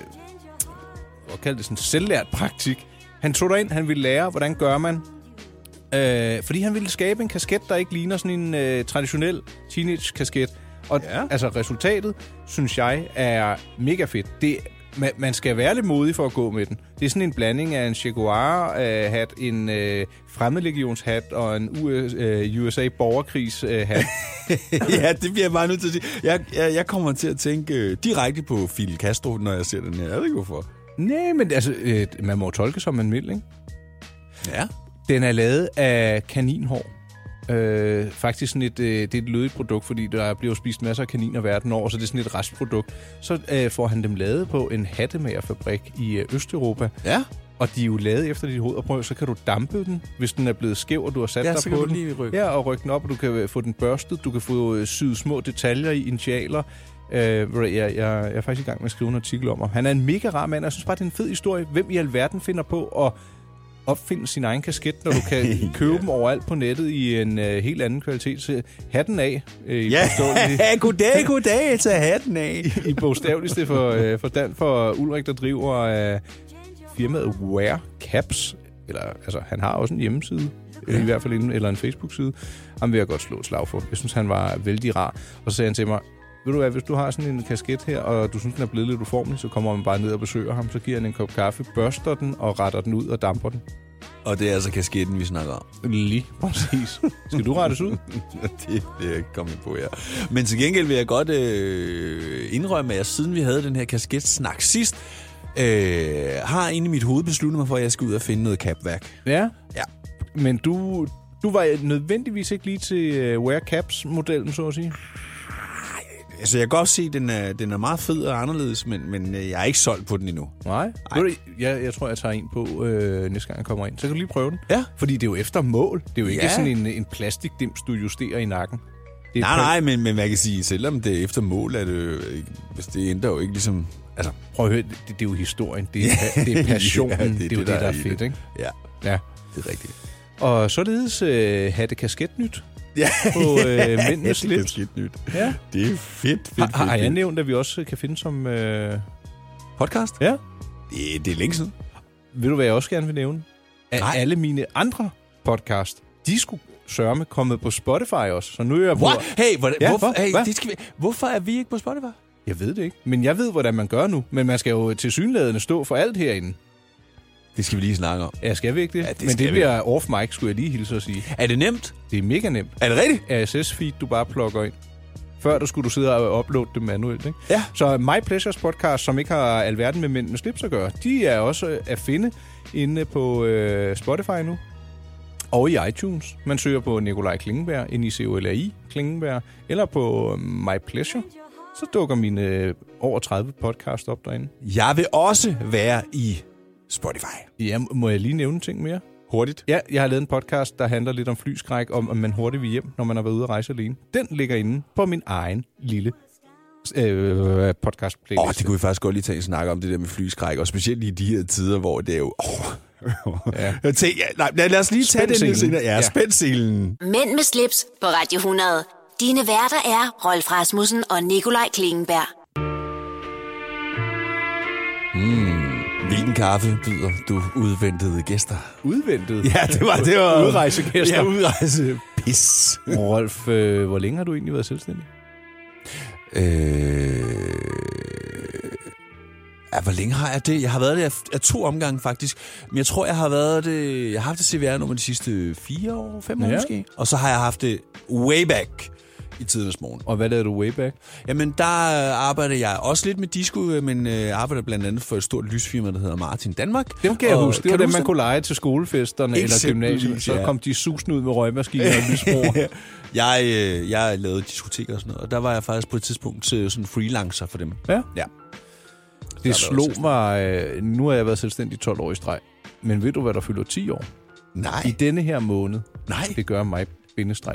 S3: hvad kalder det, sådan selvlært praktik. Han tog derind, han ville lære, hvordan gør man. Øh, fordi han ville skabe en kasket, der ikke ligner sådan en øh, traditionel teenage-kasket. Og
S2: Ja.
S3: ja. altså resultatet, synes jeg, er mega fedt. Det, man, man skal være lidt modig for at gå med den. Det er sådan en blanding af en Jaguar-hat, en øh, fremmedlegionshat og en US, øh, USA-borgerkrigs-hat.
S2: ja, det bliver jeg bare nødt til at sige. Jeg, jeg, jeg kommer til at tænke øh, direkte på Fidel Castro, når jeg ser den her. Jeg ved ikke hvorfor.
S3: Nej, men altså, øh, man må jo tolke som en mild, ikke?
S2: Ja.
S3: Den er lavet af kaninhår. Øh, faktisk sådan et, øh, det er et lødigt produkt, fordi der bliver jo spist masser af kaniner verden over, så det er sådan et restprodukt. Så øh, får han dem lavet på en hattemagerfabrik i øh, Østeuropa,
S2: Ja.
S3: og de er jo lavet efter dit hoved, og prøv, så kan du dampe den, hvis den er blevet skæv, og du har sat
S2: Ja,
S3: dig
S2: så
S3: på
S2: kan du
S3: den.
S2: lige rykke.
S3: Ja, og rykke den op, og du kan øh, få den børstet, du kan få øh, syet små detaljer i initialer. Øh, ved du hvad, jeg, jeg, jeg er faktisk i gang med at skrive en artikel om ham. Han er en mega rar mand, og jeg synes bare, det er en fed historie. Hvem i alverden finder på at opfinde sin egen kasket, når du kan købe dem overalt på nettet i en øh, helt anden kvalitet. Så hatten af. Øh, i forståelig-
S2: goddag, goddag, tag hatten af.
S3: i bogstaveligste for, øh, forstand for Ulrik, der driver øh, firmaet Wear Caps. Eller, altså, han har også en hjemmeside, ja. i hvert fald en, eller en Facebook-side. Ham vil jeg godt slå et slag for. Jeg synes, han var vældig rar. Og så sagde han til mig, ved du hvad, hvis du har sådan en kasket her, og du synes, den er blevet lidt uformelig, så kommer man bare ned og besøger ham, så giver han en kop kaffe, børster den og retter den ud og damper den.
S2: Og det er altså kasketten, vi snakker om.
S3: Lige præcis. Skal du rettes ud?
S2: det vil jeg ikke komme ind på, ja. Men til gengæld vil jeg godt øh, indrømme, at jeg, siden vi havde den her kasketsnak sidst, øh, har inde i mit hoved besluttet mig for, at jeg skal ud og finde noget kapværk.
S3: Ja.
S2: Ja.
S3: Men du, du var nødvendigvis ikke lige til øh, Wear Caps-modellen, så at sige?
S2: Altså, jeg kan godt se, at den er, den er meget fed og anderledes, men, men øh, jeg er ikke solgt på den endnu.
S3: Nej. Ved du, jeg, jeg tror, jeg tager en på øh, næste gang, jeg kommer ind. Så kan du lige prøve den.
S2: Ja.
S3: Fordi det er jo efter mål. Det er jo ikke
S2: Ja.
S3: ja. sådan en, en plastikdims, du justerer i nakken. Det er
S2: Nej,
S3: prøv-
S2: nej, men, men man kan sige, selvom det er efter mål, at øh, hvis det ændrer jo ikke ligesom... Altså,
S3: Prøv at høre, det, det er jo historien. Det er, det er passionen. ja, det, det er jo det, der, er
S2: i
S3: fedt, ikke?
S2: Ja,
S3: Ja.
S2: det er rigtigt.
S3: Og således øh, have det kasket nyt
S2: Ja,
S3: på øh, mændenes
S2: det er
S3: slips.
S2: skidt nyt.
S3: Ja.
S2: Det er fedt, fedt,
S3: Har, har jeg
S2: fedt. fedt.
S3: nævnt, at vi også kan finde som... Øh...
S2: Podcast?
S3: Ja.
S2: Det, det er længe siden.
S3: Ved du, hvad jeg også gerne vil nævne? At
S2: Nej.
S3: alle mine andre podcast, de skulle sørme kommet på Spotify også. Så nu er jeg på...
S2: What? Hey, hvordan,
S3: Ja,
S2: ja, hvorfor,
S3: hvor-
S2: hey
S3: hvad?
S2: det skal vi, hvorfor er vi ikke på Spotify?
S3: Jeg ved det ikke. Men jeg ved, hvordan man gør nu. Men man skal jo til synlædende stå for alt herinde.
S2: Det skal vi lige snakke om.
S3: Ja, skal vi ikke det?
S2: Ja, det
S3: Men
S2: skal
S3: det
S2: vi.
S3: bliver off mic, skulle jeg lige hilse og sige.
S2: Er det nemt?
S3: Det er mega nemt.
S2: Er det rigtigt?
S3: RSS-feed, du bare plukker ind. Før der skulle du sidde og uploade det manuelt, ikke?
S2: Ja.
S3: Så My Pleasures podcast, som ikke har alverden med mænd med slips at gøre, de er også øh, at finde inde på øh, Spotify nu. Og i iTunes. Man søger på Nikolaj Klingenberg, N-I-C-O-L-A-I Klingenberg, eller på øh, My Pleasure. Så dukker mine øh, over 30 podcast op derinde.
S2: Jeg vil også være i Spotify.
S3: Ja, må jeg lige nævne en ting mere?
S2: Hurtigt.
S3: Ja, jeg har lavet en podcast, der handler lidt om flyskræk, om at man hurtigt vil hjem, når man har været ude at rejse alene. Den ligger inde på min egen lille øh, podcast
S2: Åh, oh,
S3: playlist.
S2: det kunne vi faktisk godt lige tage en snak om, det der med flyskræk, og specielt i de her tider, hvor det er jo... Oh. Ja. Jeg tænker, ja, nej, lad, lad os lige tage
S3: Spænd
S2: den lidt
S3: selen.
S2: senere. Ja,
S3: Ja.
S2: ja. spændselen.
S1: Mænd med slips på Radio 100. Dine værter er Rolf Rasmussen og Nikolaj Klingenberg.
S2: Hvilken kaffe byder du udventede gæster?
S3: udventet.
S2: Ja, det var... Det var
S3: Udrejsegæster.
S2: Ja, udrejse. Pis.
S3: Rolf, øh, hvor længe har du egentlig været selvstændig?
S2: Øh... Ja, hvor længe har jeg det? Jeg har været det af, af to omgange, faktisk. Men jeg tror, jeg har været det... Jeg har haft det CVR-nummer de sidste fire år, fem år
S3: Ja.
S2: ja. måske. Og så har jeg haft det way back i tidens morgen.
S3: Og hvad lavede du way back?
S2: Jamen, der øh, arbejder jeg også lidt med disco, øh, men øh, arbejder blandt andet for et stort lysfirma, der hedder Martin Danmark.
S3: Dem kan jeg
S2: Og
S3: huske. Det var
S2: kan du
S3: dem,
S2: huske
S3: man kunne lege til skolefesterne eller
S2: Eksempelvis,
S3: gymnasiet. Så
S2: ja.
S3: kom de susende ud med røgmaskiner og lysbroer.
S2: Jeg, øh, jeg lavede diskoteker og sådan noget, og der var jeg faktisk på et tidspunkt øh, sådan freelancer for dem.
S3: Ja.
S2: Ja.
S3: Det
S2: Så har
S3: slog
S2: jeg været
S3: mig... Øh, nu har jeg været selvstændig 12 år i streg. Men ved du, hvad der fylder 10 år?
S2: Nej,
S3: I denne her måned,
S2: nej,
S3: det gør mig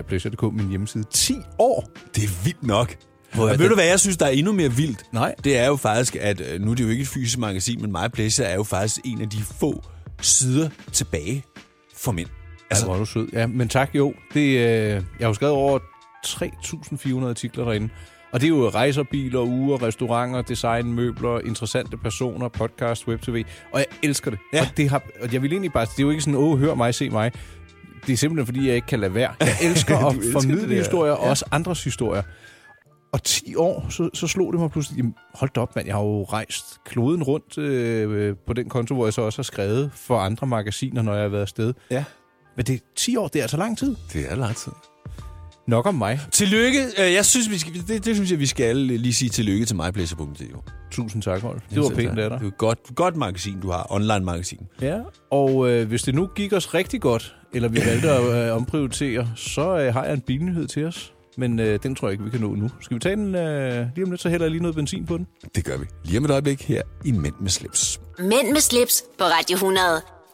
S3: pleasure.dk, min hjemmeside, 10 år.
S2: det er vildt nok.
S3: er
S2: Og ved
S3: det-
S2: du, hvad jeg synes, der er endnu mere vildt?
S3: Nej.
S2: Det er jo faktisk, at øh, nu er det jo ikke et fysisk magasin, men My Pleasure er jo faktisk en af de få sider tilbage for mænd.
S3: Altså, hvor er du sød. Ja, men tak jo. Det, øh, jeg har jo skrevet over 3.400 artikler derinde. Og det er jo rejser, biler, uger, restauranter, design, møbler, interessante personer, podcast, web-tv. Og jeg elsker det.
S2: Ja.
S3: Og, det har, og jeg vil egentlig bare... Det er jo ikke sådan, åh, hør mig, se mig. Det er simpelthen, fordi jeg ikke kan lade være. Jeg elsker at
S2: elsker det
S3: formidle
S2: der.
S3: historier, og også andres historier. Og 10 år, så, så slog det mig pludselig, jamen, hold da op mand, jeg har jo rejst kloden rundt øh, øh, på den konto, hvor jeg så også har skrevet for andre magasiner, når jeg har været afsted.
S2: Ja.
S3: Men det er 10 år, det er altså lang tid.
S2: Det er lang tid.
S3: Nok om mig.
S2: Tillykke. Øh, Jeg synes, vi skal, det, det synes jeg, vi skal øh, lige sige tillykke til mypleasure.dk.
S3: Tusind tak, Rolf. Det var pænt af
S2: Det er
S3: dig.
S2: et godt, godt magasin, du har. Online-magasin.
S3: Ja, og øh, hvis det nu gik os rigtig godt, eller vi valgte at øh, omprioritere, så øh, har jeg en bilnyhed til os. Men øh, den tror jeg ikke, vi kan nå nu. Skal vi tage den øh, lige om lidt, så hælder jeg lige noget benzin på den?
S2: Det gør vi. Lige om et øjeblik her i Mænd med slips.
S1: Mænd med slips på Radio 100.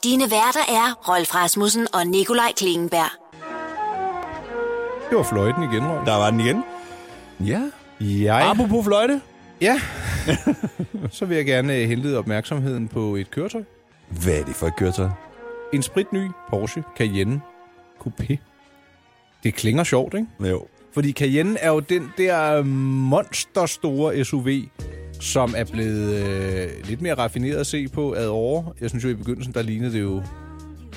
S1: Dine værter er Rolf Rasmussen og Nikolaj Klingenberg.
S3: Det var fløjten igen, Rolf.
S2: Der var den igen. Ja.
S3: Jeg...
S2: Apropos fløjte.
S3: Ja. så vil jeg gerne øh, henlede opmærksomheden på et køretøj.
S2: Hvad er det for et køretøj?
S3: En spritny Porsche Cayenne Coupé. Det klinger sjovt, ikke?
S2: Jo.
S3: Fordi Cayenne er jo den der øh, monsterstore SUV, som er blevet øh, lidt mere raffineret at se på ad år. Jeg synes jo, i begyndelsen, der lignede det jo... en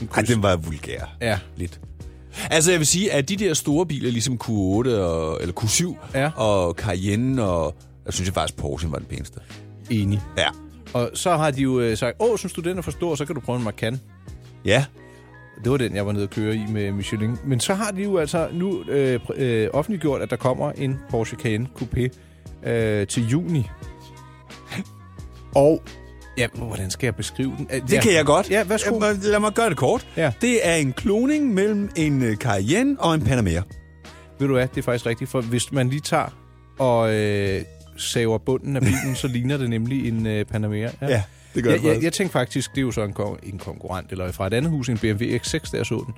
S2: Ej,
S3: kryds.
S2: den var vulgær.
S3: Ja,
S2: Lidt. Altså, jeg vil sige, at de der store biler, ligesom Q8 og, eller Q7
S3: Ja.
S2: og Cayenne og... Jeg synes jeg faktisk, Porsche var den pæneste.
S3: enig.
S2: Ja.
S3: Og så har de jo øh, sagt, åh, synes du, den er for stor, så kan du prøve en Macan.
S2: Ja.
S3: Det var den, jeg var nede at køre i med Michelin. Men så har de jo altså nu øh, pr- øh, offentliggjort, at der kommer en Porsche Cayenne Coupé øh, til juni. Og, ja, hvordan skal jeg beskrive den?
S2: Det ja. kan jeg godt.
S3: Ja, værsgo.
S2: Lad mig- Lad mig gøre det kort.
S3: Ja.
S2: Det er en kloning mellem en øh, Cayenne og en Panamera.
S3: Ved du hvad, det er faktisk rigtigt, for hvis man lige tager og øh, saver bunden af bilen, så ligner det nemlig en øh, Panamera.
S2: Ja, det gør
S3: jeg,
S2: det
S3: jeg,
S2: faktisk.
S3: jeg tænkte faktisk, det er jo så en, kon- en konkurrent, eller fra et andet hus, en BMW X6, der jeg så den.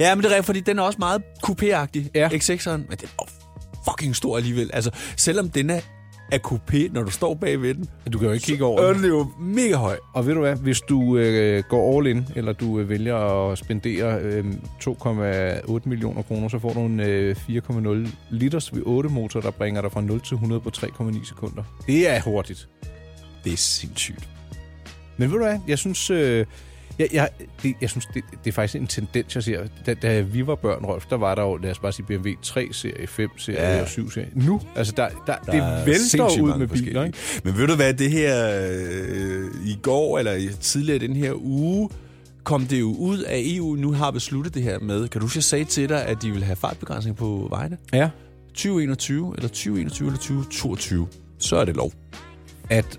S2: Ja, men det er rigtigt, fordi den er også meget coupé-agtig,
S3: Ja.
S2: ja. X6'eren. Men den er jo fucking stor alligevel. Altså, selvom den er, er coupé, når du står bagved den,
S3: Men Du kan jo ikke kigge
S2: og
S3: over
S2: den
S3: den.
S2: er jo mega høj.
S3: Og ved du hvad, hvis du øh, går all in, eller du øh, vælger at spendere øh, 2,8 millioner kroner, så får du en øh, 4,0 liters V8-motor, der bringer dig fra 0 til 100 på 3,9 sekunder. Det er hurtigt.
S2: Det er sindssygt.
S3: Men ved du hvad, jeg synes, øh, Jeg, jeg, det, jeg synes, det, det er faktisk en tendens, jeg ser. Da, da vi var børn, Rolf, der var der jo, lad os bare sige, BMW 3-serie, 5-serie
S2: Ja.
S3: og 7-serie. Nu, altså, der, der, der
S2: Der er
S3: det vælter
S2: sindssygt
S3: ud
S2: mange
S3: med biler,
S2: forskellige.
S3: ikke?
S2: Men ved du hvad, det her øh, i går, eller i- tidligere i den her uge, kom det jo ud af EU, nu har besluttet det her med. Kan du huske, jeg sagde til dig, at de vil have fartbegrænsning på vejene?
S3: Ja.
S2: 2021, eller 2021, eller 2022. Så er det lov.
S3: At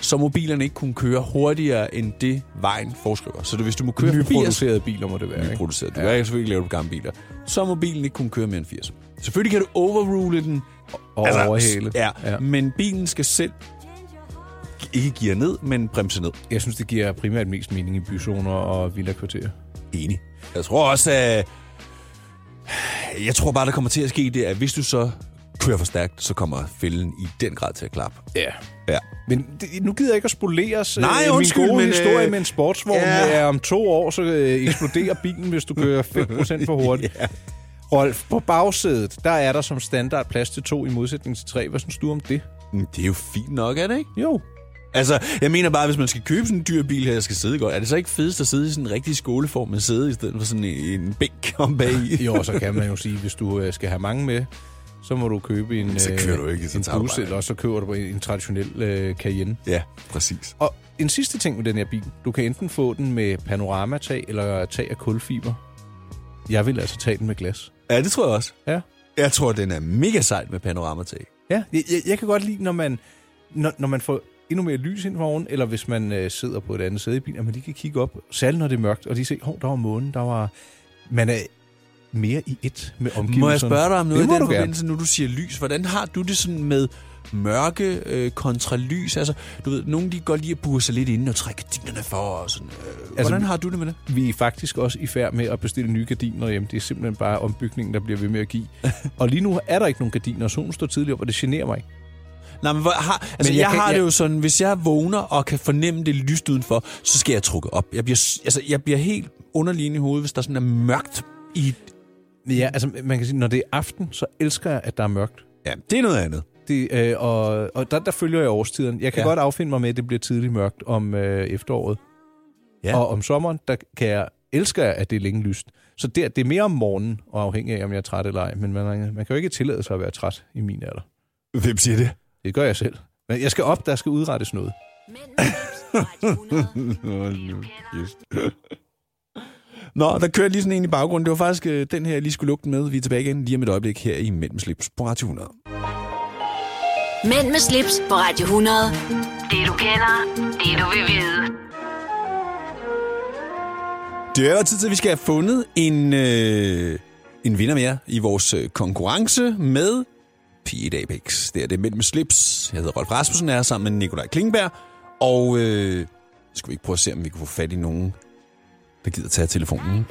S2: Så må bilerne ikke kunne køre hurtigere end det, vejen foreskriver. Så det, hvis du må køre 80
S3: nyproducerede biler må det være, ikke?
S2: nyproduceret. Du ja. kan selvfølgelig ikke lave det på gamle biler. Så må bilen ikke kunne køre mere end 80. Selvfølgelig kan du overrule den.
S3: Og overhale.
S2: Altså, Ja,
S3: Ja.
S2: ja, men bilen skal selv ikke gear ned, men bremse ned.
S3: Jeg synes, det giver primært mest mening i byzoner og villakvarterer.
S2: Enig. Jeg tror også, at... Jeg tror bare, der kommer til at ske det, at hvis du så kører for stærkt, så kommer fælden i den grad til at klappe.
S3: Ja.
S2: Ja.
S3: Men det, nu gider jeg ikke at spoleres.
S2: Nej,
S3: Øh,
S2: undskyld,
S3: Min gode
S2: men,
S3: historie
S2: øh,
S3: med en sportsvogn
S2: ja.
S3: ja. er, om to år, så øh, eksploderer bilen, hvis du kører 5% for hurtigt. ja. Rolf, på bagsædet, der er der som standard plads til to i modsætning til tre. Hvad synes du om det?
S2: Men Mm, Det er jo fint nok, er det ikke?
S3: Jo.
S2: Altså, jeg mener bare, hvis man skal købe sådan en dyr bil her, der skal sidde godt, er det så ikke fedest at sidde i sådan en rigtig skoleform med sæde, i stedet for sådan en bænk om bag i?
S3: Jo, og så kan man jo sige, hvis du øh, skal have mange med, så må du købe en,
S2: Så
S3: øh,
S2: kører du ikke, så
S3: en
S2: tager du
S3: bus,
S2: bare-
S3: eller også så køber du en, en traditionel øh, Cayenne.
S2: Ja, præcis.
S3: Og en sidste ting med den her bil. Du kan enten få den med panoramatag eller tag af kulfiber. Jeg vil altså tage den med glas.
S2: Ja, det tror jeg også.
S3: Ja.
S2: Jeg tror, den er mega sejt med panoramatag.
S3: Ja, jeg, jeg, jeg kan godt lide, når man, når, når man får endnu mere lys ind foran, eller hvis man øh, sidder på et andet sæde i bilen, at man lige kan kigge op, særligt når det er mørkt, og lige se, hov, der var månen, der var... Man er mere i et med omgivelserne.
S2: Må jeg spørge dig om noget
S3: det
S2: i
S3: må
S2: den
S3: du gerne.
S2: forbindelse, nu du siger lys? Hvordan har du det sådan med mørke øh, kontra lys? Altså, du ved, nogle de kan godt lide at bure sig lidt inden og trække gardinerne for og sådan. Øh, altså, hvordan har du det med det?
S3: Vi er faktisk også i færd med at bestille nye gardiner hjem. Det er simpelthen bare ombygningen, der bliver ved med at give. og lige nu er der ikke nogen gardiner, og solen står tidligt op, og det generer mig ikke.
S2: Nej, men hvor, har, altså,
S3: Men
S2: men
S3: jeg
S2: jeg, jeg
S3: kan-
S2: har
S3: jeg-
S2: det jo sådan, hvis jeg vågner og kan fornemme det lyst udenfor, så skal jeg trukke op. Jeg bliver, s- altså, jeg bliver helt underlig inde i hovedet, hvis der sådan er mørkt i... Mm.
S3: Ja, altså man kan sige, når det er aften, så elsker jeg, at der er mørkt.
S2: Ja, det er noget andet.
S3: Det, øh, og og der, der følger jeg årstiden. Jeg kan ja.
S2: Ja.
S3: godt affinde mig med, at det bliver tidligt mørkt om øh, efteråret. Ja.
S2: Ja.
S3: Og om sommeren, der kan jeg elsker jeg, at det er længe lyst. Så der, det er mere om morgenen, og afhængig af, om jeg er træt eller ej. Men man, man kan jo ikke tillade sig at være træt i min alder.
S2: Hvem siger det?
S3: Det gør jeg selv. Men jeg skal op, der skal udrettes noget.
S1: Mænd med slips på Radio 100.
S2: Nå, der kørte lige sådan en i baggrunden. Det var faktisk øh, den her, jeg lige skulle lukke den med. Vi er tilbage igen lige om et øjeblik her i Mænd med slips på Radio 100.
S1: Mænd med slips på Radio 100. Det du kender, det du vil vide.
S2: Det er jo tid til, at vi skal have fundet en, øh, en vinder mere i vores øh, konkurrence med P1 Apex. Det er det er Mænd med slips. Jeg hedder Rolf Rasmussen, jeg er sammen med Nikolaj Klingberg. Og øh, skal vi ikke prøve at se, om vi kan få fat i nogen, der gider tage telefonen?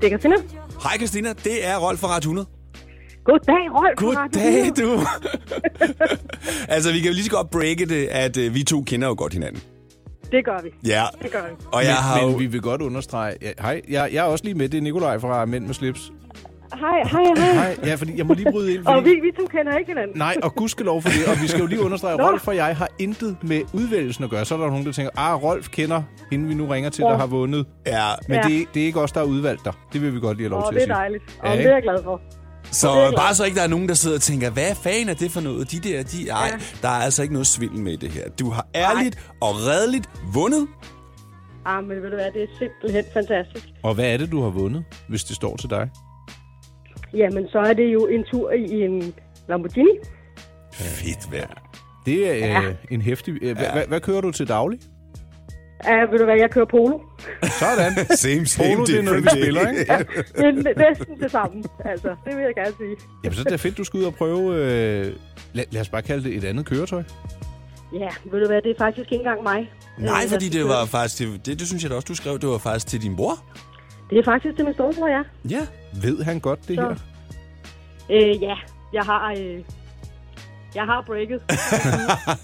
S5: Det er Christina.
S2: Hej Christina, det er Rolf fra Radio 100.
S5: Goddag, Rolf.
S2: Goddag, du. altså, vi kan jo lige så godt breake det, at øh, vi to kender jo godt hinanden.
S5: Det gør vi.
S2: Ja,
S5: Det gør vi.
S2: og jeg
S3: men,
S2: har
S3: men
S2: jo...
S3: vi vil godt understrege... Ja, hej, jeg, jeg er også lige med. Det er Nikolaj fra Mænd med slips.
S5: Hej, hej, hej.
S3: Hej, ja, fordi jeg må lige bryde ind. Fordi...
S5: Og vi, vi to kender ikke hinanden.
S3: Nej, og gudskelov for det. Og vi skal jo lige understrege, at
S5: Nå.
S3: Rolf og jeg har intet med udvælgelsen at gøre. Så er der nogen, der tænker, ah, Rolf kender hende, vi nu ringer til, der har vundet.
S2: Ja,
S3: Men
S5: Ja.
S3: det, det er ikke os, der har udvalgt dig. Det vil vi godt lige have lov
S5: Åh,
S3: til
S5: det
S3: at
S5: er
S3: sige.
S5: dejligt.
S3: Ja,
S5: Og det
S3: ikke?
S5: er jeg glad for.
S2: så øh, bare så ikke der er nogen, der sidder og tænker, hvad fanden er det for noget? De der, de... Ej, der er altså ikke noget svindel med i det her. Du har ærligt og redeligt vundet.
S5: Ah, men ved du hvad, det er simpelthen fantastisk.
S3: Og hvad er det, du har vundet, hvis det står til dig?
S5: Jamen, så er det jo en tur i en Lamborghini.
S2: Fedt, hvad?
S3: Det er øh, en hæftig... Øh, hva- hva- hvad kører du til daglig?
S5: Ah, ved du hvad, jeg kører polo.
S3: Sådan.
S2: Same, same,
S3: Polo, det er noget, vi spiller, ikke?
S5: Men næsten det samme, altså. Det vil jeg gerne sige.
S3: Jamen, så er det da fedt, du skal ud og prøve... Øh, lad, lad os bare kalde det et andet køretøj.
S5: Ja, ved du hvad, det er faktisk ikke engang mig.
S2: Nej,
S5: Øh,
S2: fordi
S5: der skal
S2: det var
S5: køre.
S2: faktisk... Det, det, det synes jeg da også, du skrev, det var faktisk til din bror.
S5: Det er faktisk til min storebror, ja.
S2: Ja.
S3: Ved han godt det
S5: Så.
S3: her?
S5: Øh, ja, jeg har... Øh, jeg har breaket.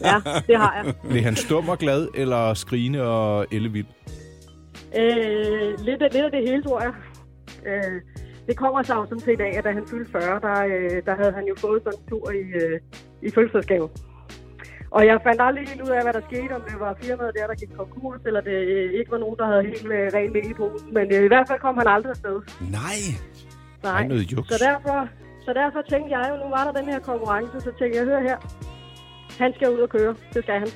S5: ja, det har jeg.
S3: Blev han stum og glad, eller skrigende og ellevild?
S5: Øh, lidt, af, lidt af det hele, tror jeg. Øh, det kommer sig jo sådan set af, at da han fyldte 40, der, øh, der havde han jo fået sådan en tur i, øh, i fødselsdagsgave. Og jeg fandt aldrig helt ud af, hvad der skete, om det var firmaet der, der gik konkurs, eller det øh, ikke var nogen, der havde helt øh, ren mel i posen. Men øh, i hvert fald kom han aldrig afsted.
S2: Nej.
S5: Nej.
S3: noget juks.
S5: Så derfor, så derfor tænkte jeg jo, nu var der den her konkurrence, så tænkte jeg, hør her, han skal ud og køre. Det skal han.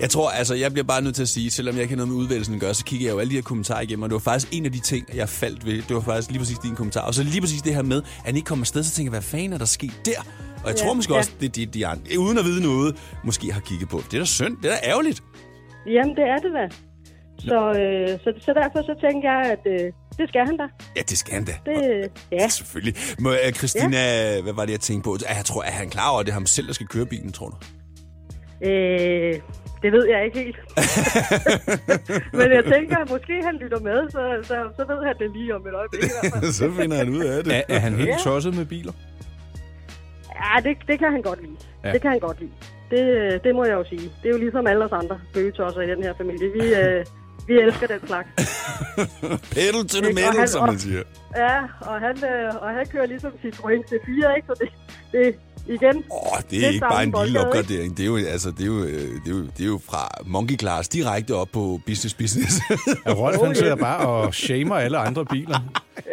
S2: Jeg tror, altså, jeg bliver bare nødt til at sige, selvom jeg ikke har noget med udvalgelsen at gøre, så kigger jeg jo alle de her kommentarer igennem, og det var faktisk en af de ting, jeg faldt ved. Det var faktisk lige præcis din kommentar. Og så lige præcis det her med, at han ikke kommer afsted, så tænker jeg, hvad fanden er der sket der? Og jeg ja, tror måske
S5: ja.
S2: også, det er det, de andre, uden at vide noget, måske har kigget på. Det er da synd, det er da ærgerligt.
S5: Jamen, det er det da. Så, øh, så, så derfor så tænkte jeg, at øh, det skal han da.
S2: Ja, det skal han da.
S5: Det,
S2: Og-
S5: ja.
S2: Selvfølgelig. Må, uh, Christina, hvad var det, jeg tænkte på? Ah, Jeg tror, at han klar over, at det er ham selv, der skal køre bilen, tror du?
S5: Øh, det ved jeg ikke helt. Men jeg tænker, at måske han lytter med, så, så, så ved han det lige om et øjeblik. i hvert fald.
S2: så finder han ud af det.
S3: Er, er han helt
S5: Ja.
S3: tosset med biler?
S5: Ja, det, det kan han godt lide.
S3: Ja.
S5: Ja. Det kan han godt lide. Det, øh, det må jeg jo sige. Det er jo ligesom alle os andre bøgetosser i den her familie. Vi, øh, vi elsker den slags.
S2: Pedal to the
S5: Ikke? Og
S2: metal,
S5: han-
S2: som man
S5: og-
S2: siger.
S5: Ja, og han, øh, og han kører ligesom Citroën C4, ikke? Så det, det igen,
S2: Åh, oh, det
S5: Det
S2: er
S5: er
S2: ikke
S5: samme
S2: bare en lille
S5: boldgade, ikke?
S2: opgradering. Det er jo, altså, det er jo, øh, det er jo, det er jo fra monkey class direkte op på business business.
S3: Ja, Rolf han sidder bare og shamer alle andre biler.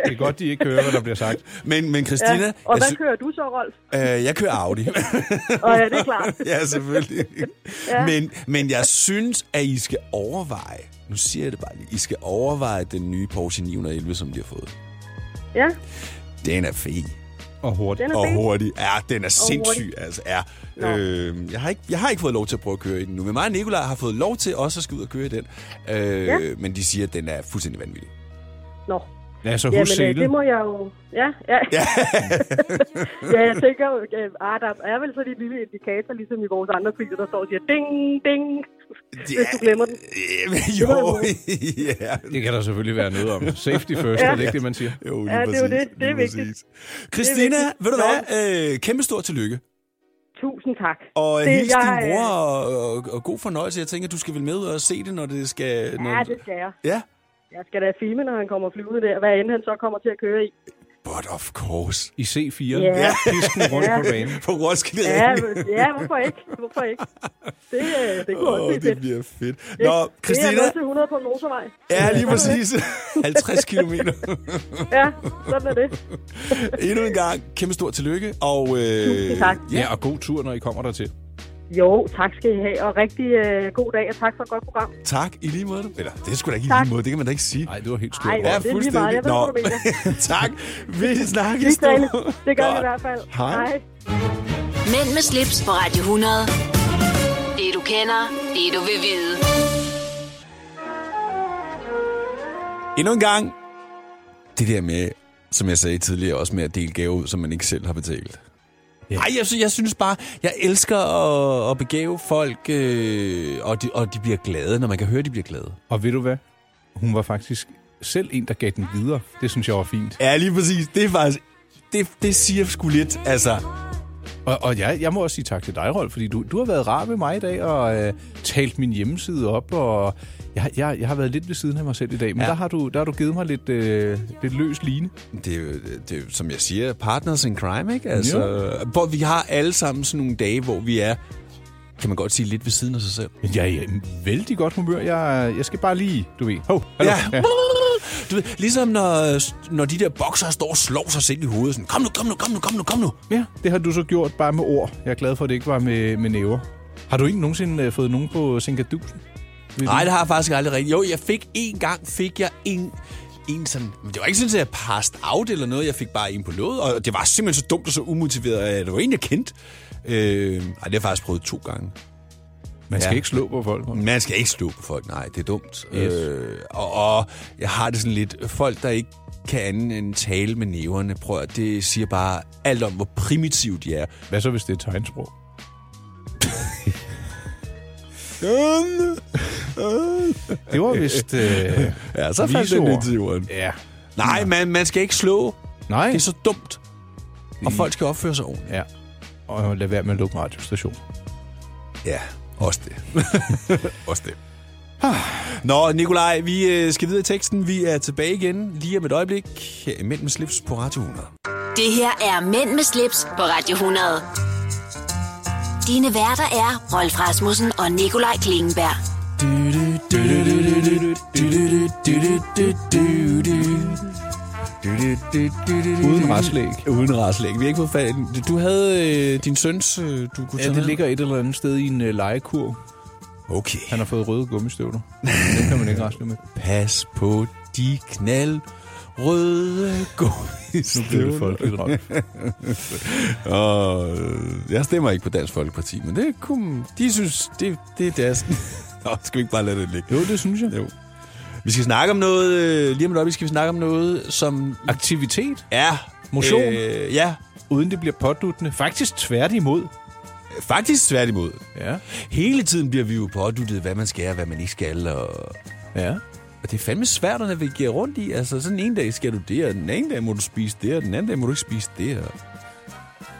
S3: Det er godt, de ikke hører, hvad der bliver sagt.
S2: men, men
S5: ja.
S2: Christina,
S5: Og
S2: jeg,
S5: hvad
S2: sy-
S5: kører du så, Rolf?
S2: øh, jeg kører Audi.
S5: Og ja, det er klart.
S2: ja, selvfølgelig. ja. Men, men jeg synes, at I skal overveje, nu siger jeg det bare lige, I skal overveje den nye Porsche 911, som de har fået.
S5: Ja,
S2: Den er fed.
S3: Og hurtigt.
S5: den er
S2: Og
S5: fed.
S2: hurtig. Ja, den er sindssyg. Altså, ja.
S5: Nå.
S2: Øh, jeg, har ikke, jeg har ikke fået lov til at prøve at køre i den nu, men mig og Nicolaj har fået lov til også at skal ud og køre i den. Øh,
S5: Ja.
S2: Men de siger, at den er fuldstændig vanvittig.
S5: Nå,
S3: Ja, så husk
S5: Jamen, øh, det
S3: selen.
S5: må jeg jo... Ja, ja. Ja, ja jeg tænker jo, øh, ah, der er vel sådan en lille indikator, ligesom i vores andre priser, der står og siger ding, ding, hvis du glemmer den.
S2: Øh,
S5: var
S2: jo, ja.
S3: Det kan der selvfølgelig være noget om. Safety first, ja. er det ikke det, man siger?
S2: Jo, lige
S5: Ja, det er jo
S2: præcis,
S5: det. Det er
S2: lige
S5: vigtigt.
S2: præcis. Christina,
S5: vigtigt.
S2: ved du hvad? Øh, kæmpe stor tillykke.
S5: Tusind tak.
S2: Og det, hils
S5: jeg,
S2: din
S5: øh,
S2: bror, og, og, og god fornøjelse. Jeg tænker, du skal vel med ud og se det, når det skal... Når...
S5: Ja, det skal jeg.
S2: Ja,
S5: Jeg skal da filme, når han kommer flyvende der, hvad end han så kommer til at køre i.
S2: but of course.
S3: I C4.
S5: Ja.
S3: Pisken rundt
S5: Ja.
S3: på banen.
S2: På Roskilde
S5: Ja,
S2: Ring.
S5: men- ja hvorfor ikke? Hvorfor ikke? Det, øh, det kunne også
S2: Åh,
S5: blive
S2: det
S5: fedt.
S2: bliver fedt.
S5: ikke?
S2: Nå,
S5: Det er
S2: Christina,
S5: noget til 100 på en motorvej.
S2: Ja, lige præcis. 50 kilometer.
S5: Ja, sådan er det.
S2: Endnu en gang, kæmpe stor tillykke. Og, øh,
S5: Tusind tak.
S3: Ja, og god tur, når I kommer dertil.
S5: Jo, tak skal I have, og rigtig øh, god dag, og tak for et godt program.
S2: tak i lige måde. Eller, det er sgu da ikke i
S5: Tak.
S2: lige måde, det kan man da ikke sige.
S3: Nej, det var helt
S5: Ej,
S3: skørt.
S5: hvor
S3: Ja.
S5: er det lige meget. Jeg ved,
S2: Nå,
S5: hvad du
S2: tak. Vi
S5: Vi
S2: snakkes.
S5: tales.
S2: du.
S5: Det gør vi
S2: Godt.
S5: i hvert fald.
S2: Hej.
S1: Mænd med slips på Radio 100. Det du kender, det du vil vide.
S2: Endnu en gang. Det der med, som jeg sagde tidligere, også med at dele gaver ud, som man ikke selv har betalt. Ja. Ej, jeg, sy- jeg synes bare, jeg elsker at, at begave folk, øh, og, de, og de bliver glade, når man kan høre, de bliver glade.
S3: Og ved du hvad? Hun var faktisk selv en, der gav den videre. Det synes jeg var fint.
S2: Ja, lige præcis. Det er faktisk... Det, det siger sgu lidt, altså...
S3: Og, og jeg, jeg må også sige tak til dig, Rolf, fordi du, du har været rar ved mig i dag og øh, talt min hjemmeside op, og jeg, jeg, jeg har været lidt ved siden af mig selv i dag, men
S2: Ja.
S3: ja. der, har du, der har du givet mig lidt, øh, lidt løs line.
S2: Det er, jo, det er jo, som jeg siger, partners in crime, ikke? Altså, hvor vi har alle sammen sådan nogle dage, hvor vi er, kan man godt sige, lidt ved siden af sig selv.
S3: Men jeg er i vældig godt humør. Jeg, jeg skal bare lige, du ved. Hov, hallo.
S2: Ja. Du ved, ligesom når, når de der bokser står og slår sig selv i hovedet. Sådan, kom nu, kom nu, kom nu, kom nu, kom nu.
S3: ja, det har du så gjort bare med ord. Jeg er glad for, at det ikke var med, med næver. Har du ikke nogensinde øh, fået nogen på Sinkadusen?
S2: Nej, det har jeg faktisk aldrig rigtigt. Jo, jeg fik en gang, fik jeg en, en sådan... Men det var ikke sådan, at jeg passed out eller noget. Jeg fik bare en på låget, og det var simpelthen så dumt og så umotiveret, at det var en, jeg kendte. Øh, ej, det har jeg faktisk prøvet to gange.
S3: Man skal
S2: Ja.
S3: ja. ikke slå på folk. Rolf.
S2: Man skal ikke slå på folk, nej, det er dumt. Yes.
S3: Yes.
S2: Øh, og, og jeg har det sådan lidt, folk der ikke kan andet end tale med næverne, prøv at, det siger bare alt om, hvor primitivt de er.
S3: Hvad så, hvis det er tegnsprog? Det var vist... Øh,
S2: Ja, så
S3: faldt den lidt i
S2: jorden.
S3: ja.
S2: Nej, man, man skal ikke slå.
S3: Nej.
S2: Det er så dumt.
S3: Mm.
S2: Og folk skal opføre sig ordentligt.
S3: Ja. Og lad være med at lukke en radiostation.
S2: Ja, også det. også det. Nå, Nikolaj, vi øh, skal videre i teksten. Vi er tilbage igen lige om et øjeblik. Her i Mænd med slips på Radio 100.
S1: Det her er Mænd med slips på Radio 100. Dine værter er Rolf Rasmussen og Nikolaj Klingenberg.
S3: Uden raslæg.
S2: Uden raslæg. Vi har ikke fået fat i den. Du havde øh, din søns, øh, du kunne
S3: Ja,
S2: tage
S3: det
S2: med.
S3: ligger et eller andet sted i en øh, legekurv.
S2: Okay.
S3: Han har fået røde gummistøvler. Det kan man ikke rasle med.
S2: Pas på de knald røde gummistøvler.
S3: Nu bliver det folkeligt rock.
S2: Og øh, jeg stemmer ikke på Dansk Folkeparti, men det kunne, de synes, det, det er deres. Nå, skal vi ikke bare lade det ligge?
S3: Jo, det synes jeg.
S2: Jo. Vi skal snakke om noget, øh, lige om et øjeblik skal vi snakke om noget, som
S3: Aktivitet,
S2: er...
S3: Motion.
S2: Øh, ja,
S3: uden det bliver påduttende. Faktisk tværtimod.
S2: faktisk tværtimod.
S3: Ja.
S2: Hele tiden bliver vi jo påduttet, hvad man skal og hvad man ikke skal, og
S3: Ja.
S2: Og det er fandme svært at navigere rundt i. Altså, sådan en dag skal du det, og den anden dag må du spise det, og den anden dag må du ikke spise det. Og...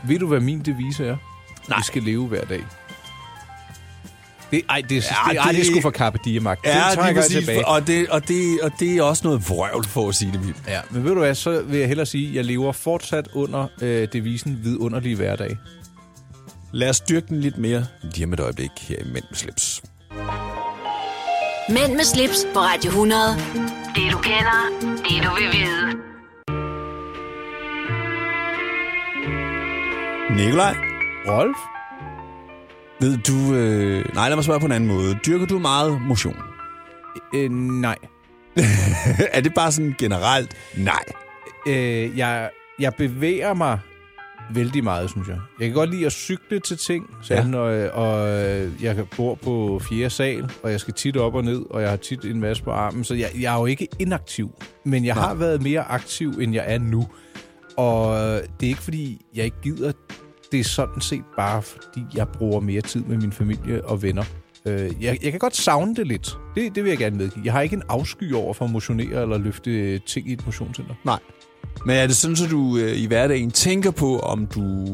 S3: Ved du, hvad min devise er?
S2: Nej.
S3: Vi skal leve hver dag. Det, ej, det, ja, det,
S2: Ja,
S3: ej, det,
S2: det-
S3: er sgu for Carpe Diem. Ja, det tager jeg tilbage.
S2: Og det, og, det, og det er også noget vrøvl for at sige det vildt.
S3: Ja, men ved du hvad, så vil jeg hellere sige, at jeg lever fortsat under øh, devisen vidunderlig hverdag.
S2: Lad os styrke den lidt mere lige om et øjeblik her i Mænd med slips.
S1: Mænd med slips på Radio 100. Det du kender, det du vil vide.
S2: Nikolaj,
S3: Rolf?
S2: ved du... Øh... Nej, lad mig spørge på en anden måde. Dyrker du meget motion?
S3: Øh, nej.
S2: er det bare sådan generelt? Nej.
S3: Øh, jeg, jeg bevæger mig vældig meget, synes jeg. Jeg kan godt lide at cykle til ting, sådan, ja. og, og øh, jeg bor på fjerde sal, og jeg skal tit op og ned, og jeg har tit en masse på armen, så jeg, jeg er jo ikke inaktiv. Men jeg Nej. har været mere aktiv, end jeg er nu. Og det er ikke, fordi jeg ikke gider. Det er sådan set bare, fordi jeg bruger mere tid med min familie og venner. Øh, jeg, jeg kan godt savne det lidt. Det, det vil jeg gerne medgive. Jeg har ikke en afsky over for at motionere eller løfte øh, ting i et motionscenter.
S2: Nej. Men er det sådan, at du øh, i hverdagen tænker på, om du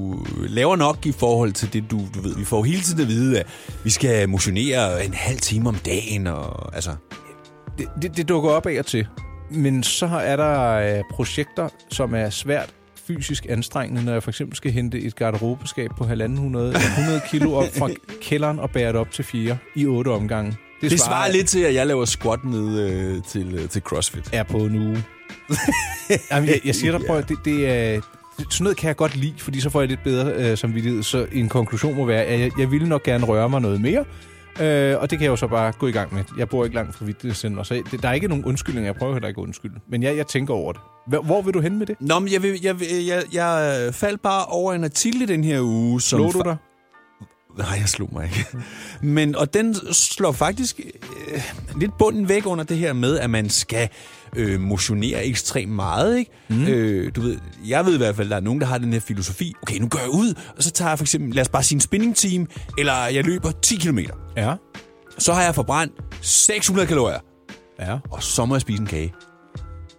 S2: laver nok i forhold til det, du, du ved? Vi får jo hele tiden at vide, at vi skal motionere en halv time om dagen. Og, altså,
S3: det, det, det dukker op af og til. Men så er der øh, projekter, som er svært fysisk anstrengende, når jeg for eksempel skal hente et garderobeskab på 100 kilo op fra kælderen og bære det op til fjerde i otte omgange.
S2: det svarer lidt til, at jeg laver squat ned øh, til, øh, til CrossFit.
S3: er på en uge. Jamen, jeg, jeg siger dig, prøv, at det, det er... Sådan noget kan jeg godt lide, fordi så får jeg lidt bedre øh, samvittighed. Så en konklusion må være, at jeg, jeg ville nok gerne røre mig noget mere. Øh, og det kan jeg jo så bare gå i gang med. Jeg bor ikke langt fra Vitnescenter, så det, der er ikke nogen undskyldning. Jeg prøver heller ikke at undskylde. Men jeg, jeg tænker over det. Hvor, hvor vil du hen med det?
S2: Nå, men jeg, vil, jeg, vil- jeg, jeg øh, faldt bare over en artikel i den her uge. Som
S3: Slår du
S2: fa-
S3: dig?
S2: Nej, jeg slog mig ikke. Men, og den slår faktisk øh, lidt bunden væk under det her med, at man skal øh, motionere ekstremt meget. Ikke? Mm. Øh, du ved, jeg ved i hvert fald, at der er nogen, der har den her filosofi. Okay, nu går jeg ud, og så tager jeg for eksempel, lad os bare sige en spinning team, eller jeg løber 10 km.
S3: Ja.
S2: Så har jeg forbrændt 600 kalorier,
S3: Ja.
S2: og så må jeg spise en kage.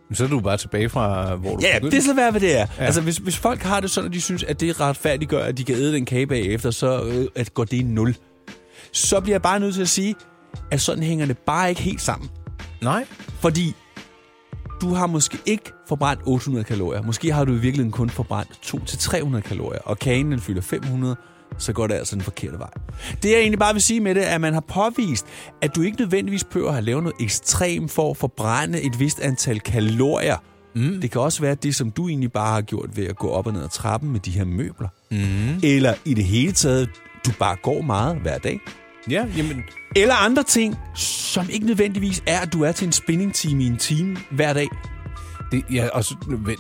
S3: Men så er du bare tilbage fra, hvor du
S2: Ja,
S3: begyndte.
S2: det er så værd, hvad det er. Ja. Altså, hvis, hvis folk har det sådan, at de synes, at det retfærdiggør, at de kan æde den kage bagefter, så øh, at går det i nul. Så bliver jeg bare nødt til at sige, at sådan hænger det bare ikke helt sammen.
S3: Nej.
S2: Fordi du har måske ikke forbrændt 800 kalorier. Måske har du i virkeligheden kun forbrændt 200-300 kalorier. Og kagen den fylder 500, så går det altså den forkerte vej. Det jeg egentlig bare vil sige med det, er, at man har påvist, at du ikke nødvendigvis behøver at have lavet noget ekstremt for at forbrænde et vist antal kalorier. Mm. Det kan også være det, som du egentlig bare har gjort ved at gå op og ned ad trappen med de her møbler. Mm. Eller i det hele taget, du bare går meget hver dag
S3: Ja, jamen,
S2: eller andre ting, som ikke nødvendigvis er, at du er til en spinningtime i en time hver dag.
S3: Det, ja, og så,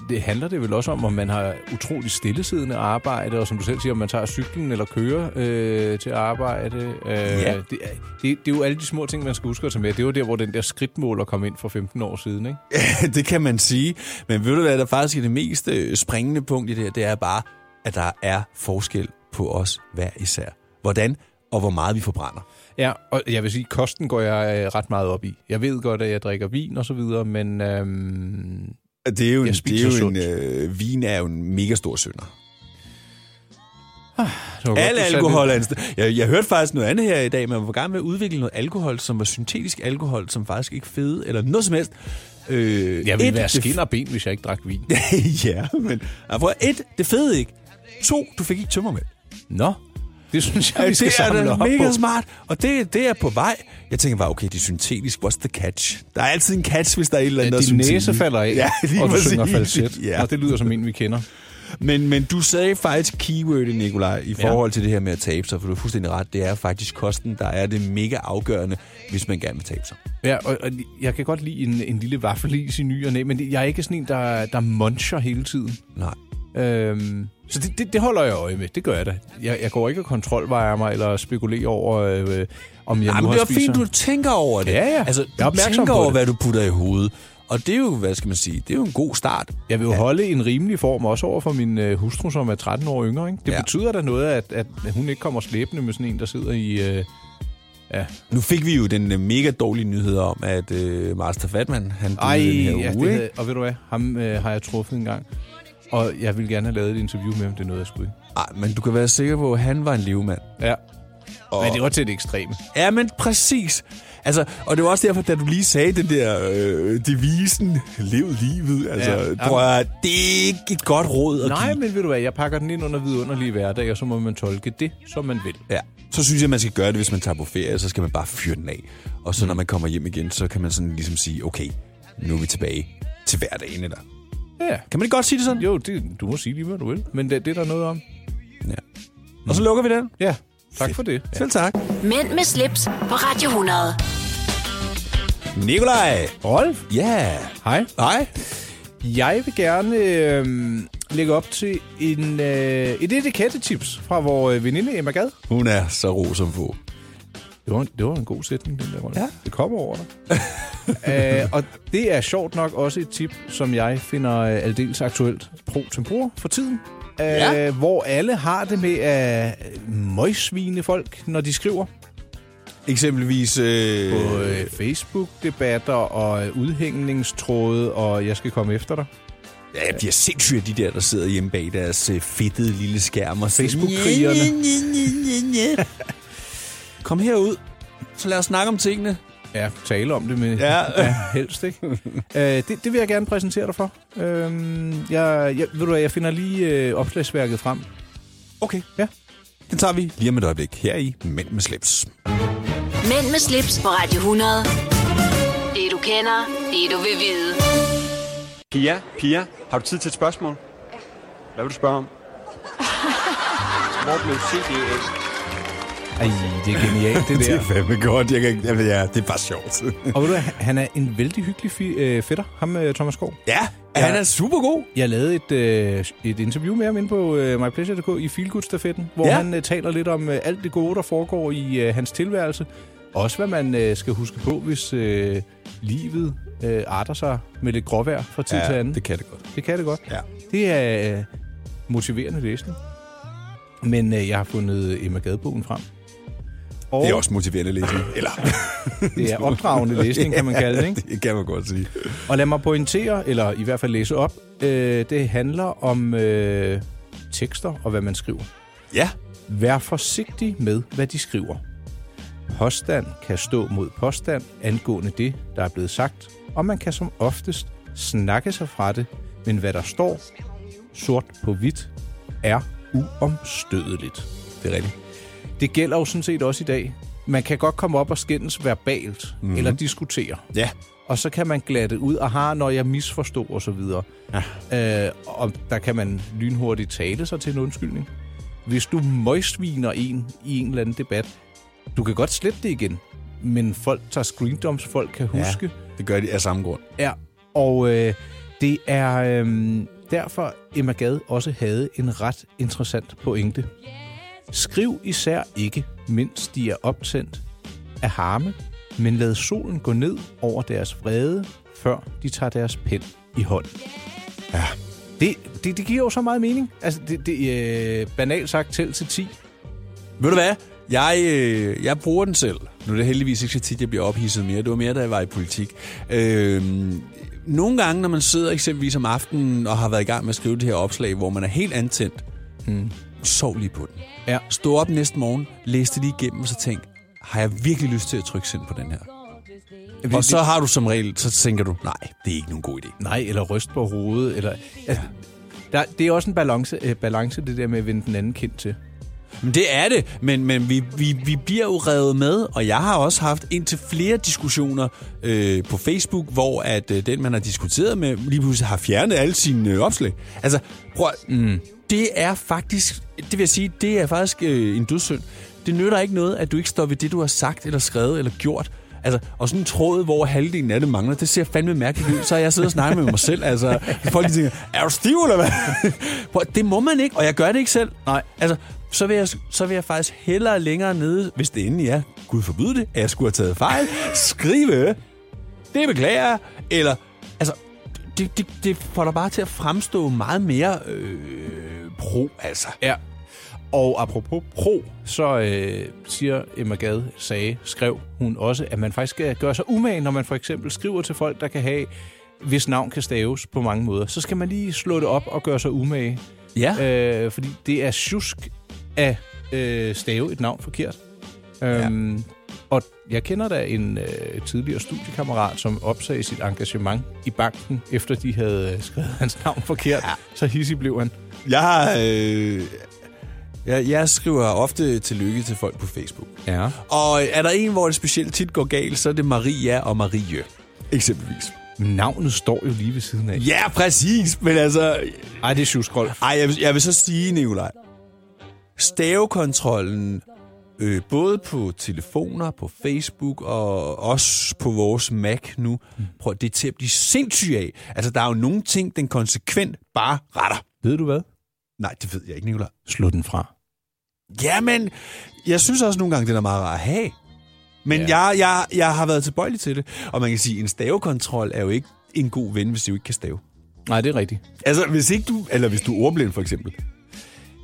S3: det handler det vel også om, om man har utrolig stillesiddende arbejde, og som du selv siger, om man tager cyklen eller kører øh, til arbejde. Øh, ja. det, er- det, det er jo alle de små ting, man skal huske at tage med. Det er jo der, hvor den der skridtmåler kom ind for 15 år siden. Ikke?
S2: det kan man sige. Men ved du hvad, der faktisk er det mest øh, springende punkt i det her, det er bare, at der er forskel på os hver især. Hvordan og hvor meget vi forbrænder.
S3: Ja, og jeg vil sige, kosten går jeg øh, ret meget op i. Jeg ved godt, at jeg drikker vin og så videre, men øhm,
S2: Det er jo,
S3: Jeg
S2: en, det
S3: spiser
S2: er jo en,
S3: sundt.
S2: øh, vin er jo en mega stor synder.
S3: det var godt,
S2: Al
S3: du satte
S2: alkohol
S3: lidt-
S2: er en st- jeg, jeg hørte faktisk noget andet her i dag, man var i gang med at udvikle noget alkohol, som var syntetisk alkohol, som faktisk ikke fede eller noget som helst. Øh,
S3: Jeg ville
S2: et,
S3: være
S2: det
S3: skin og ben, hvis jeg ikke drak vin.
S2: ja, men... Ah, prøv, at- et, det fede ikke. To, du fik ikke tømmermænd.
S3: Nå, Det synes jeg,
S2: Ja,
S3: vi skal
S2: det er
S3: samle
S2: da
S3: op
S2: mega
S3: på.
S2: smart, og det, det er på vej. Jeg tænker bare, okay, det er syntetisk. What's the catch? Der er altid en catch, hvis der er et eller andet, der er
S3: Din
S2: syntetisk.
S3: næse falder af,
S2: Ja, lige
S3: og du
S2: præcis.
S3: synger falset.
S2: Ja.
S3: Og det lyder som en, vi kender.
S2: Men, men du sagde faktisk keywordet, Nikolaj, i forhold til det her med at tabe sig, for du er fuldstændig ret. Det er faktisk kosten, der er det mega afgørende, hvis man gerne vil tabe sig.
S3: Ja, og, og jeg kan godt lide en, en lille vaffelis i ny og næ, men jeg er ikke sådan en, der, der muncher hele tiden.
S2: Nej.
S3: Øhm, så det, det, det holder jeg øje med. Det gør jeg da. Jeg, jeg går ikke og kontrolvejer mig eller spekulerer over, øh, om jeg
S2: Ja,
S3: nu
S2: men
S3: har
S2: det er
S3: spist
S2: fint,
S3: sådan-
S2: du tænker over det.
S3: Ja, ja.
S2: Altså,
S3: Jeg er
S2: du
S3: opmærksom
S2: tænker
S3: på
S2: over,
S3: det.
S2: hvad du putter i hovedet. Og det er jo, hvad skal man sige, det er jo en god start.
S3: Jeg vil jo holde en rimelig form også over for min øh, hustru, som er 13 år yngre. Ikke? Det
S2: Ja.
S3: ja. betyder da noget, at, at hun ikke kommer slæbende med sådan en, der sidder i... Øh,
S2: Nu fik vi jo den øh, mega dårlige nyhed om, at øh, Master Fatman, han døde
S3: Ej,
S2: den her
S3: ja,
S2: uge. ikke?
S3: det havde, og ved du hvad, ham øh, har jeg truffet en gang. Og jeg ville gerne have lavet et interview med ham, det er noget, jeg skulle. ikke.
S2: Ej, Ah, men du kan være sikker på, at han var en livmand.
S3: Ja. Og... Men det var til det ekstreme.
S2: Ja, men præcis. Altså, og det var også derfor, da du lige sagde den der øh, devisen, lev livet. Altså, ja,
S3: Ja,
S2: prøv at, høre, det er ikke et godt råd at
S3: Nej,
S2: give.
S3: men ved du hvad, jeg pakker den ind under vidunderlige hverdag, og så må man tolke det, som man vil.
S2: Ja. Så synes jeg, man skal gøre det, hvis man tager på ferie, så skal man bare fyre den af. Og
S3: Mm.
S2: så når man kommer hjem igen, så kan man sådan ligesom sige, okay, nu er vi tilbage til hverdagen. Eller.
S3: Ja.
S2: Kan man ikke godt sige det sådan?
S3: Jo, det, du må sige lige, hvad du vil. Men det, det er der noget om.
S2: Ja. Og så lukker vi den.
S3: Ja, tak for det.
S2: Ja. Selv tak.
S1: Mænd med slips på Radio 100.
S2: Nikolaj!
S3: Rolf?
S2: Ja!
S3: Hej.
S2: Hej.
S3: Jeg vil gerne øh, lægge op til en, øh, et etikettetips fra vores veninde Emma Gad.
S2: Hun er så ro som få.
S3: Det var, en, det var en god sætning, den der, Rolf.
S2: Ja.
S3: Det kommer over dig. Æ, Øh, og det er sjovt nok også et tip, som jeg finder øh, aldeles aktuelt pro tempore for tiden. Æ,
S2: Ja.
S3: Hvor alle har det med at øh, møgsvine folk, når de skriver.
S2: Eksempelvis... Øh,
S3: På øh, Facebook-debatter og øh, udhængningstråde, og jeg skal komme efter dig.
S2: Ja, jeg bliver sindssyg af de der, der sidder hjemme bag deres øh, fedtede lille skærm og siger,
S3: Facebook-krigerne.
S2: "Nye, nye, nye, nye, nye." Kom herud, så lad os snakke om tingene.
S3: Ja, tale om det med
S2: Ja.
S3: ja. ja helst, ikke? øh, det, det vil jeg gerne præsentere dig for. Øhm, jeg, jeg, ved du hvad, jeg finder lige øh, opslagsværket frem.
S2: Okay.
S3: Ja.
S2: Den tager vi lige om et øjeblik her i Mænd med slips.
S1: Mænd med slips på Radio 100. Det du kender, det du vil vide.
S6: Pia, Pia, har du tid til et spørgsmål? Hvad vil du spørge om? Hvor blev CDA?
S3: Ej, det er genialt, det der.
S2: fandme godt. Jeg kan, jeg, ja, det er bare sjovt.
S3: Og ved du hvad, han er en vældig hyggelig fi, øh, fætter, ham øh, Thomas Skov.
S2: ja, ja, han er super god.
S3: Jeg lavede et, øh, et interview med ham inde på øh, mypleasure.dk i Feelgood-stafetten, hvor
S2: Ja.
S3: ja. han øh, taler lidt om øh, alt det gode, der foregår i øh, hans tilværelse. Også hvad man øh, skal huske på, hvis øh, livet øh, arter sig med lidt gråvejr fra tid ja, til anden.
S2: det kan det godt.
S3: Det kan det godt.
S2: Ja.
S3: Det er øh, motiverende læsning. Men øh, jeg har fundet Emma Gadebogen frem. Og
S2: Det er også motiverende læsning. Eller,
S3: det er opdragende læsning, kan man kalde det. Ikke?
S2: det kan man godt sige.
S3: Og lad mig pointere, eller i hvert fald læse op, øh, det handler om øh, tekster og hvad man skriver.
S2: Ja,
S3: Vær forsigtig med, hvad de skriver. Påstand kan stå mod påstand angående det, der er blevet sagt, og man kan som oftest snakke sig fra det, men hvad der står sort på hvidt er uomstødeligt.
S2: det er rigtigt.
S3: Det gælder jo sådan set også i dag. Man kan godt komme op og skændes verbalt mm-hmm. eller diskutere
S2: Ja,
S3: og så kan man glatte ud, og har, når jeg misforstod og så videre. Ja. Øh, og der kan man lynhurtigt tale sig til en undskyldning. Hvis du møgsviner en i en eller anden debat, du kan godt slette det igen, men folk tager screendoms, folk kan huske.
S2: det gør de af samme grund.
S3: Ja. ja. Og øh, det er øh, derfor, Emma Gad også havde en ret interessant pointe. Skriv især ikke, mens de er optændt af harme, men lad solen gå ned over deres vrede, før de tager deres pen i hånden. Ja. Det, det, det giver jo så meget mening. Altså, det, det øh, banalt sagt, tæl til 10.
S2: Ved du hvad? Jeg, øh, jeg bruger den selv. Nu er det heldigvis ikke så tit, jeg bliver ophidset mere. Det var mere, da jeg var i politik. Øh, nogle gange, når man sidder eksempelvis om aftenen og har været i gang med at skrive det her opslag, hvor man er helt antændt, hmm. sov lige på den.
S3: Ja.
S2: Stå op næste morgen, læs det lige igennem, og så tænk, har jeg virkelig lyst til at trykke send på den her? Og så har du som regel, så tænker du, nej, det er ikke nogen god idé.
S3: Nej, eller ryst på hovedet. Eller, altså, der, det er også en balance, øh, balance, det der med at vende den anden kind til.
S2: Men det er det, men, men vi, vi, vi bliver jo revet med, og jeg har også haft indtil flere diskussioner øh, på Facebook, hvor at øh, den, man har diskuteret med, lige pludselig har fjernet alle sine øh, opslag. Altså, prøv at- det er faktisk, det vil jeg sige, det er faktisk øh, en dødssynd. Det nytter ikke noget, at du ikke står ved det, du har sagt, eller skrevet, eller gjort. Altså, og sådan en tråd, hvor halvdelen af det mangler, det ser fandme mærkeligt ud. Så har jeg siddet og snakket med mig selv. Altså, folk de tænker, er du stiv eller hvad? Prøv, det må man ikke, og jeg gør det ikke selv. Nej. Altså, så vil, jeg, så vil jeg faktisk hellere længere nede, hvis det endelig er, gud forbyde det, at jeg skulle have taget fejl, skrive, det beklager jeg, eller, altså, det, det, det får dig bare til at fremstå meget mere øh, pro, altså.
S3: Ja. Og apropos pro, så øh, siger Emma Gade, sagde, skrev hun også, at man faktisk skal gøre sig umage, når man for eksempel skriver til folk, der kan have, hvis navn kan staves på mange måder. Så skal man lige slå det op og gøre sig umage.
S2: Ja.
S3: Øh, fordi det er sjusk at øh, stave et navn forkert. Øhm, Og jeg kender da en øh, tidligere studiekammerat, som opsagde sit engagement i banken, efter de havde øh, skrevet hans navn forkert. Ja. Så hissig blev han.
S2: Jeg har... Øh, jeg, jeg skriver ofte tillykke til folk på Facebook.
S3: Ja.
S2: Og er der en, hvor det specielt tit går galt, så er det Maria og Marie. Eksempelvis.
S3: Navnet står jo lige ved siden af.
S2: Ja, præcis. Men altså...
S3: Ej, det er sjuskrol.
S2: Ej, jeg vil, jeg vil så sige, Nikolaj. Stavekontrollen, øh, både på telefoner, på Facebook og også på vores Mac nu, prøv, det er til at blive sindssyg af. Altså, der er jo nogle ting, den konsekvent bare retter.
S3: Ved du hvad?
S2: Nej, det ved jeg ikke, Nicolaj.
S3: Slå den fra.
S2: Jamen, jeg synes også nogle gange, den er meget rar at have. Men
S3: Ja.
S2: ja. jeg, jeg, jeg har været tilbøjelig til det. Og man kan sige, at en stavekontrol er jo ikke en god ven, hvis du ikke kan stave.
S3: Nej, det er rigtigt.
S2: Altså, hvis ikke du... Eller hvis du er ordblind, for eksempel.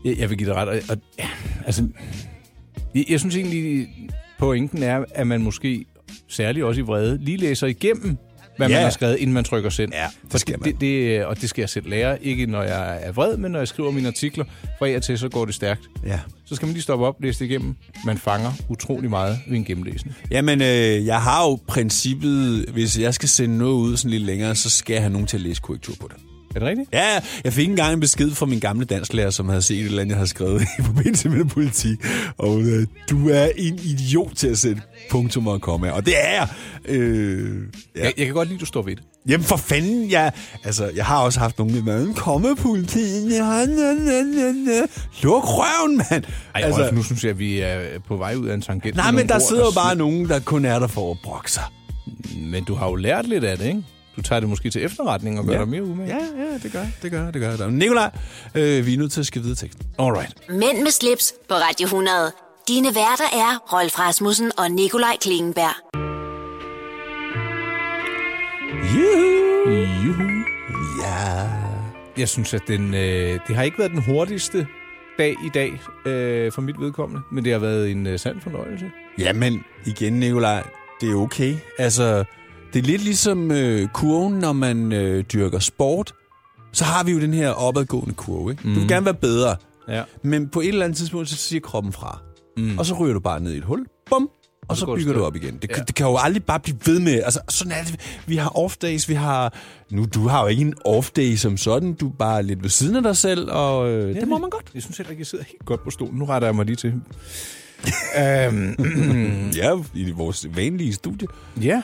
S3: Jeg, jeg vil give dig ret. Og, og, ja, altså, jeg, jeg synes egentlig, pointen er, at man måske, særligt også i vrede, lige læser igennem, hvad ja.
S2: Ja.
S3: man har skrevet, inden man trykker send.
S2: Ja, det
S3: For
S2: skal man.
S3: Det, det, øh, og det skal jeg selv lære. Ikke når jeg er vred, men når jeg skriver mine artikler. Fra og til, så går det stærkt.
S2: Ja.
S3: Så skal man lige stoppe op, læse det igennem. Man fanger utrolig meget ved en gennemlæsning.
S2: Jamen, øh, jeg har jo princippet, hvis jeg skal sende noget ud sådan lidt længere, så skal jeg have nogen til at læse korrektur på det.
S3: Er det rigtigt?
S2: Ja, jeg fik engang en besked fra min gamle dansklærer, som havde set et eller andet, jeg havde skrevet i forbindelse med politik. Og øh, du er en idiot til at sætte punktum og komma. Og det er jeg. Øh, ja.
S3: Jeg, jeg kan godt lide, at du står ved det.
S2: Jamen for fanden, jeg, altså, jeg har også haft nogle med maden. Komme politiet. Ja, na, na, na, na. Luk røven, mand.
S3: Ej, altså, Rolf, nu synes jeg, at vi er på vej ud af en tangent.
S2: nej,
S3: med
S2: men
S3: nogle
S2: der
S3: ord,
S2: sidder jo
S3: smider-
S2: bare nogen, der kun er der for at brokke sig.
S3: Men du har jo lært lidt af det, ikke? Du tager det måske til efterretning og gør ja. dig mere umage.
S2: ja, det gør det gør det gør det. Nikolaj, øh, vi er nødt til at skrive videre teksten.
S3: Alright.
S1: Mænd med slips på Radio 100. Dine værter er Rolf Rasmussen og Nikolaj Klingenberg.
S2: Juhu!
S3: Juhu.
S2: Ja.
S3: Jeg synes, at den, øh, det har ikke været den hurtigste dag i dag øh, for mit vedkommende, men det har været en øh, sand fornøjelse.
S2: Jamen, igen Nikolaj, det er okay. Altså, det er lidt ligesom øh, kurven, når man øh, dyrker sport. Så har vi jo den her opadgående kurve, ikke? Mm. Du vil gerne være bedre.
S3: Ja.
S2: Men på et eller andet tidspunkt, så siger kroppen fra. Mm. Og så ryger du bare ned i et hul. Bum. Og så
S3: går det
S2: bygger du
S3: stille.
S2: op igen. Det, ja. det kan jo aldrig bare blive ved med. Altså, sådan er det. Vi har off days, vi har... Nu, du har jo ikke en off day som sådan. Du er bare lidt ved siden af dig selv, og øh, det må man godt.
S3: Jeg synes heller ikke, jeg sidder helt godt på stolen. Nu retter jeg mig lige til. øhm,
S2: Ja, i vores vanlige studie.
S3: ja.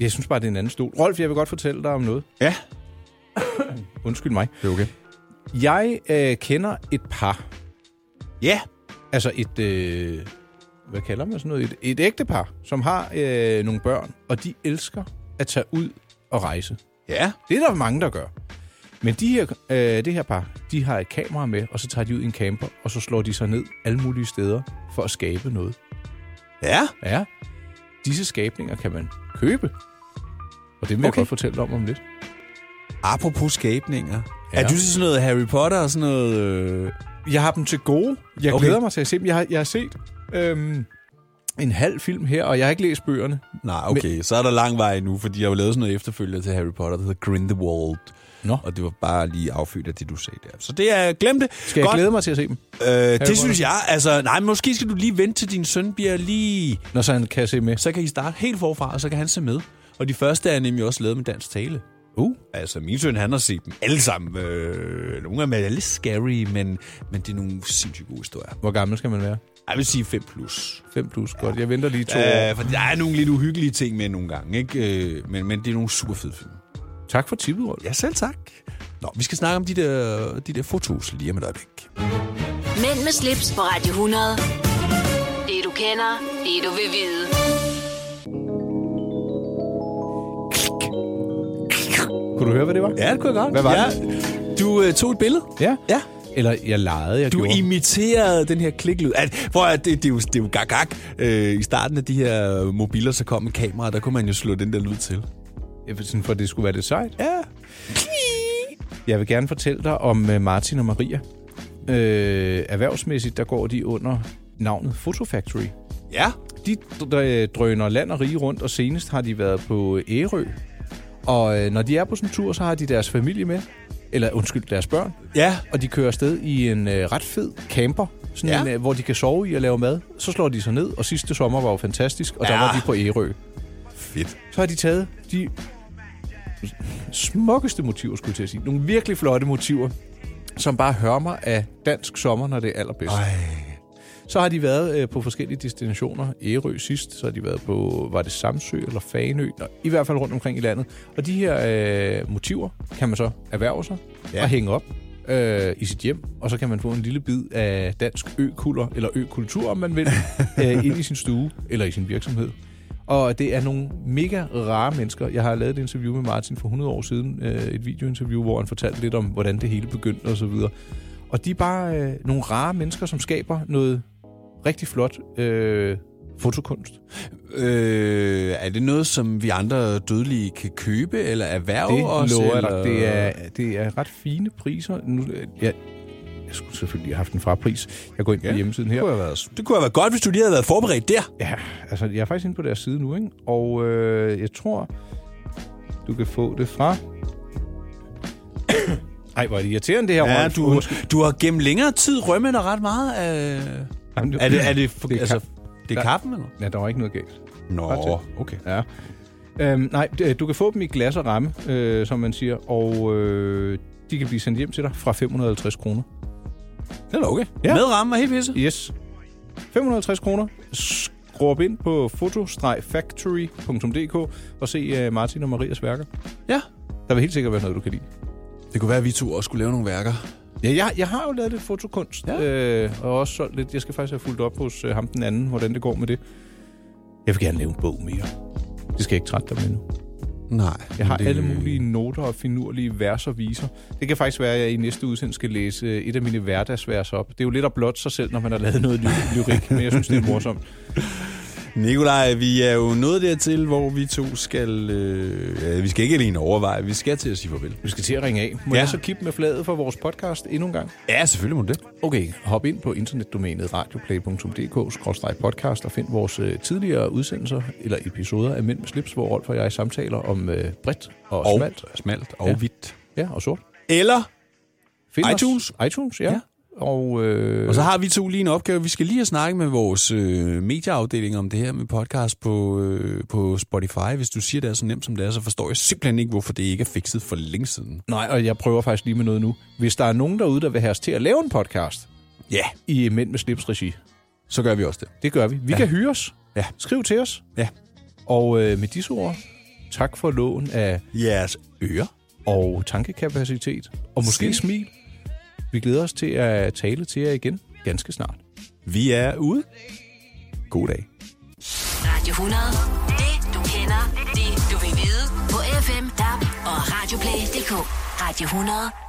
S3: Jeg synes bare, det er en anden stol. Rolf, jeg vil godt fortælle dig om noget.
S2: Ja.
S3: Undskyld mig.
S2: Det er okay.
S3: Jeg øh, kender et par.
S2: Ja.
S3: Altså et... Øh, hvad kalder man sådan noget? Et, et ægtepar, som har øh, nogle børn, og de elsker at tage ud og rejse.
S2: Ja.
S3: Det er der mange, der gør. Men de her, øh, det her par, de har et kamera med, og så tager de ud i en camper, og så slår de sig ned alle mulige steder for at skabe noget.
S2: Ja.
S3: Ja, disse skabninger kan man købe. Og det vil okay. jeg
S2: Okay.
S3: godt fortælle om om lidt.
S2: Apropos skabninger.
S3: Ja.
S2: Ja. Er du til sådan noget Harry Potter og sådan noget... Øh...
S3: Jeg har dem til gode. Jeg okay.
S2: Okay.
S3: glæder mig til at se dem. Jeg har, jeg har set øhm, en halv film her, og jeg har ikke læst bøgerne.
S2: Nej, okay. Men... Så er der lang vej nu, fordi jeg har jo lavet sådan noget efterfølger til Harry Potter, der hedder Grindelwald.
S3: Nå.
S2: Og det var bare lige affyldt af det, du sagde der. Så det er... Glem det.
S3: Skal jeg glæde mig til at se dem?
S2: Øh,
S3: Potter?
S2: det synes jeg. Altså, nej, men måske skal du lige vente til din søn bliver lige...
S3: Når så han kan se med.
S2: Så kan I starte helt forfra, og så kan han se med. Og de første er nemlig også lavet med dansk tale.
S3: Uh.
S2: Altså, min søn, han har set dem alle sammen. Øh, nogle af dem er lidt scary, men, men det er nogle sindssygt gode historier.
S3: Hvor gammel skal man være?
S2: Jeg vil sige 5 plus.
S3: 5 plus, godt. Jeg venter lige to
S2: Øh,
S3: år.
S2: for der er nogle lidt uhyggelige ting med nogle gange, ikke? Øh, Men, men det er nogle super fede film.
S3: Tak for tippet, Rolf.
S2: Ja, selv tak. Nå, vi skal snakke om de der, de der fotos lige om et øjeblik.
S1: Mænd med slips på Radio 100. Det du kender, det du vil vide.
S3: Kunne du høre, hvad det var?
S2: Ja, det kunne jeg godt.
S3: Hvad var
S2: ja. Du øh, tog et billede.
S3: Ja.
S2: Ja.
S3: Eller jeg legede, jeg
S2: Du
S3: gjorde.
S2: imiterede den her kliklyd. At, prøv at, det, det, er jo, det er jo gak, gak. Øh, I starten af de her mobiler, så kom en kamera, der kunne man jo slå den der lyd til.
S3: Ja, Sådan, for det skulle være det sejt.
S2: Ja.
S3: Jeg vil gerne fortælle dig om øh, Martin og Maria. Øh, erhvervsmæssigt, der går de under navnet Photo Factory.
S2: Ja.
S3: De dr- dr- drøner land og rige rundt, og senest har de været på Ærø. Og øh, når de er på sådan en tur, så har de deres familie med. Eller undskyld, deres børn.
S2: Ja.
S3: Og de kører afsted i en øh, ret fed camper, sådan
S2: Ja.
S3: ja. en, øh, hvor de kan sove i og lave mad. Så slår de sig ned, og sidste sommer var jo fantastisk, og ja.
S2: Ja.
S3: der var de på Ærø.
S2: Fedt.
S3: Så har de taget de smukkeste motiver, skulle jeg til at sige. Nogle virkelig flotte motiver, som bare hørmer af dansk sommer, når det er allerbedst.
S2: Ej.
S3: Så har de været øh, på forskellige destinationer. Ærø sidst, så har de været på, var det Samsø eller Faneø? Nå, I hvert fald rundt omkring i landet. Og de her øh, motiver kan man så erhverve sig ja. og hænge op øh, i sit hjem. Og så kan man få en lille bid af dansk økulder, eller økultur, om man vil, øh, ind i sin stue eller i sin virksomhed. Og det er nogle mega rare mennesker. Jeg har lavet et interview med Martin for 100 år siden, øh, et videointerview, hvor han fortalte lidt om, hvordan det hele begyndte osv. Og de er bare øh, nogle rare mennesker, som skaber noget rigtig flot øh, fotokunst.
S2: Øh, er det noget, som vi andre dødelige kan købe eller erhverve
S3: det
S2: os?
S3: lover jeg
S2: eller?
S3: dig. Det er, det er ret fine priser. Nu, jeg, jeg skulle selvfølgelig have haft en frapris. Jeg går ind på ja. hjemmesiden her.
S2: have været, det kunne have været godt, hvis du lige havde været forberedt der.
S3: Ja, altså jeg er faktisk inde på deres side nu, ikke? Og øh, jeg tror, du kan få det fra... Ej, hvor er det irriterende, det her,
S2: Ja,
S3: Rolf.
S2: du, du har gennem længere tid rømmet dig ret meget af...
S3: Jamen,
S2: Er det, er det, for,
S3: det
S2: det
S3: er
S2: altså,
S3: ka-
S2: det er kaffen, eller?
S3: Ja, der var ikke noget galt.
S2: Nå, okay.
S3: Ja. Øhm, nej, d- du kan få dem i glas og ramme, øh, som man siger, og øh, de kan blive sendt hjem til dig fra 550 kroner.
S2: Det er da okay.
S3: Ja.
S2: Ja. Med ramme og helt pisse.
S3: Yes. 550 kroner. Skrup ind på foto-factory.dk og se øh, Martin og Marias værker.
S2: Ja.
S3: Der vil helt sikkert være noget, du kan lide.
S2: Det kunne være, at vi to også skulle lave nogle værker.
S3: Ja, jeg, jeg har jo lavet lidt fotokunst, ja. øh, og også solgt lidt. Jeg skal faktisk have fulgt op hos øh, ham den anden, hvordan det går med det. Jeg vil gerne lave en bog mere. Det skal jeg ikke trætte dig med nu.
S2: Nej.
S3: Jeg har
S2: men
S3: det... alle mulige noter og finurlige vers og viser. Det kan faktisk være, at jeg i næste udsendelse skal læse øh, et af mine hverdagsvers op. Det er jo lidt at blotte sig selv, når man har lavet noget ly- lyrik, men jeg synes, det er morsomt.
S2: Nikolaj, vi er jo nået dertil, hvor vi to skal... Øh, ja, vi skal ikke alene overveje, vi skal til at sige farvel.
S3: Vi skal til at ringe af. Må ja.
S2: Ja.
S3: jeg så kippe med fladet for vores podcast endnu en gang?
S2: Ja, selvfølgelig må det.
S3: Okay, hop ind på internetdomænet radioplay.dk-podcast og find vores øh, tidligere udsendelser eller episoder af Mænd med slips, hvor Rolf og jeg samtaler om øh, bredt og, og
S2: Og
S3: smalt.
S2: smalt og
S3: Ja.
S2: ja. hvidt.
S3: Ja, og sort.
S2: Eller
S3: Find
S2: iTunes.
S3: Os. iTunes, ja. ja.
S2: Ja.
S3: Og, øh,
S2: Og så har vi to lige en opgave. Vi skal lige have snakke med vores øh, medieafdeling om det her med podcast på, øh, på Spotify. Hvis du siger, det er så nemt, som det er, så forstår jeg simpelthen ikke, hvorfor det ikke er fikset for længe siden.
S3: Nej, og jeg prøver faktisk lige med noget nu. Hvis der er nogen derude, der vil have os til at lave en podcast
S2: Ja,
S3: i Mænd med slips regi,
S2: så gør vi også det.
S3: det gør vi. Vi ja. kan hyre os.
S2: Ja.
S3: Skriv til os.
S2: Ja.
S3: Og øh, med disse ord, tak for lån af
S2: Jeres ører.
S3: og tankekapacitet, og måske
S2: Sikkert.
S3: smil. Vi glæder os til at tale til jer igen ganske snart.
S2: Vi er ude. God dag.
S1: Radio 100. Det du kender, det du vil vide. På FM, DAB og Radioplay.dk. Radio 100.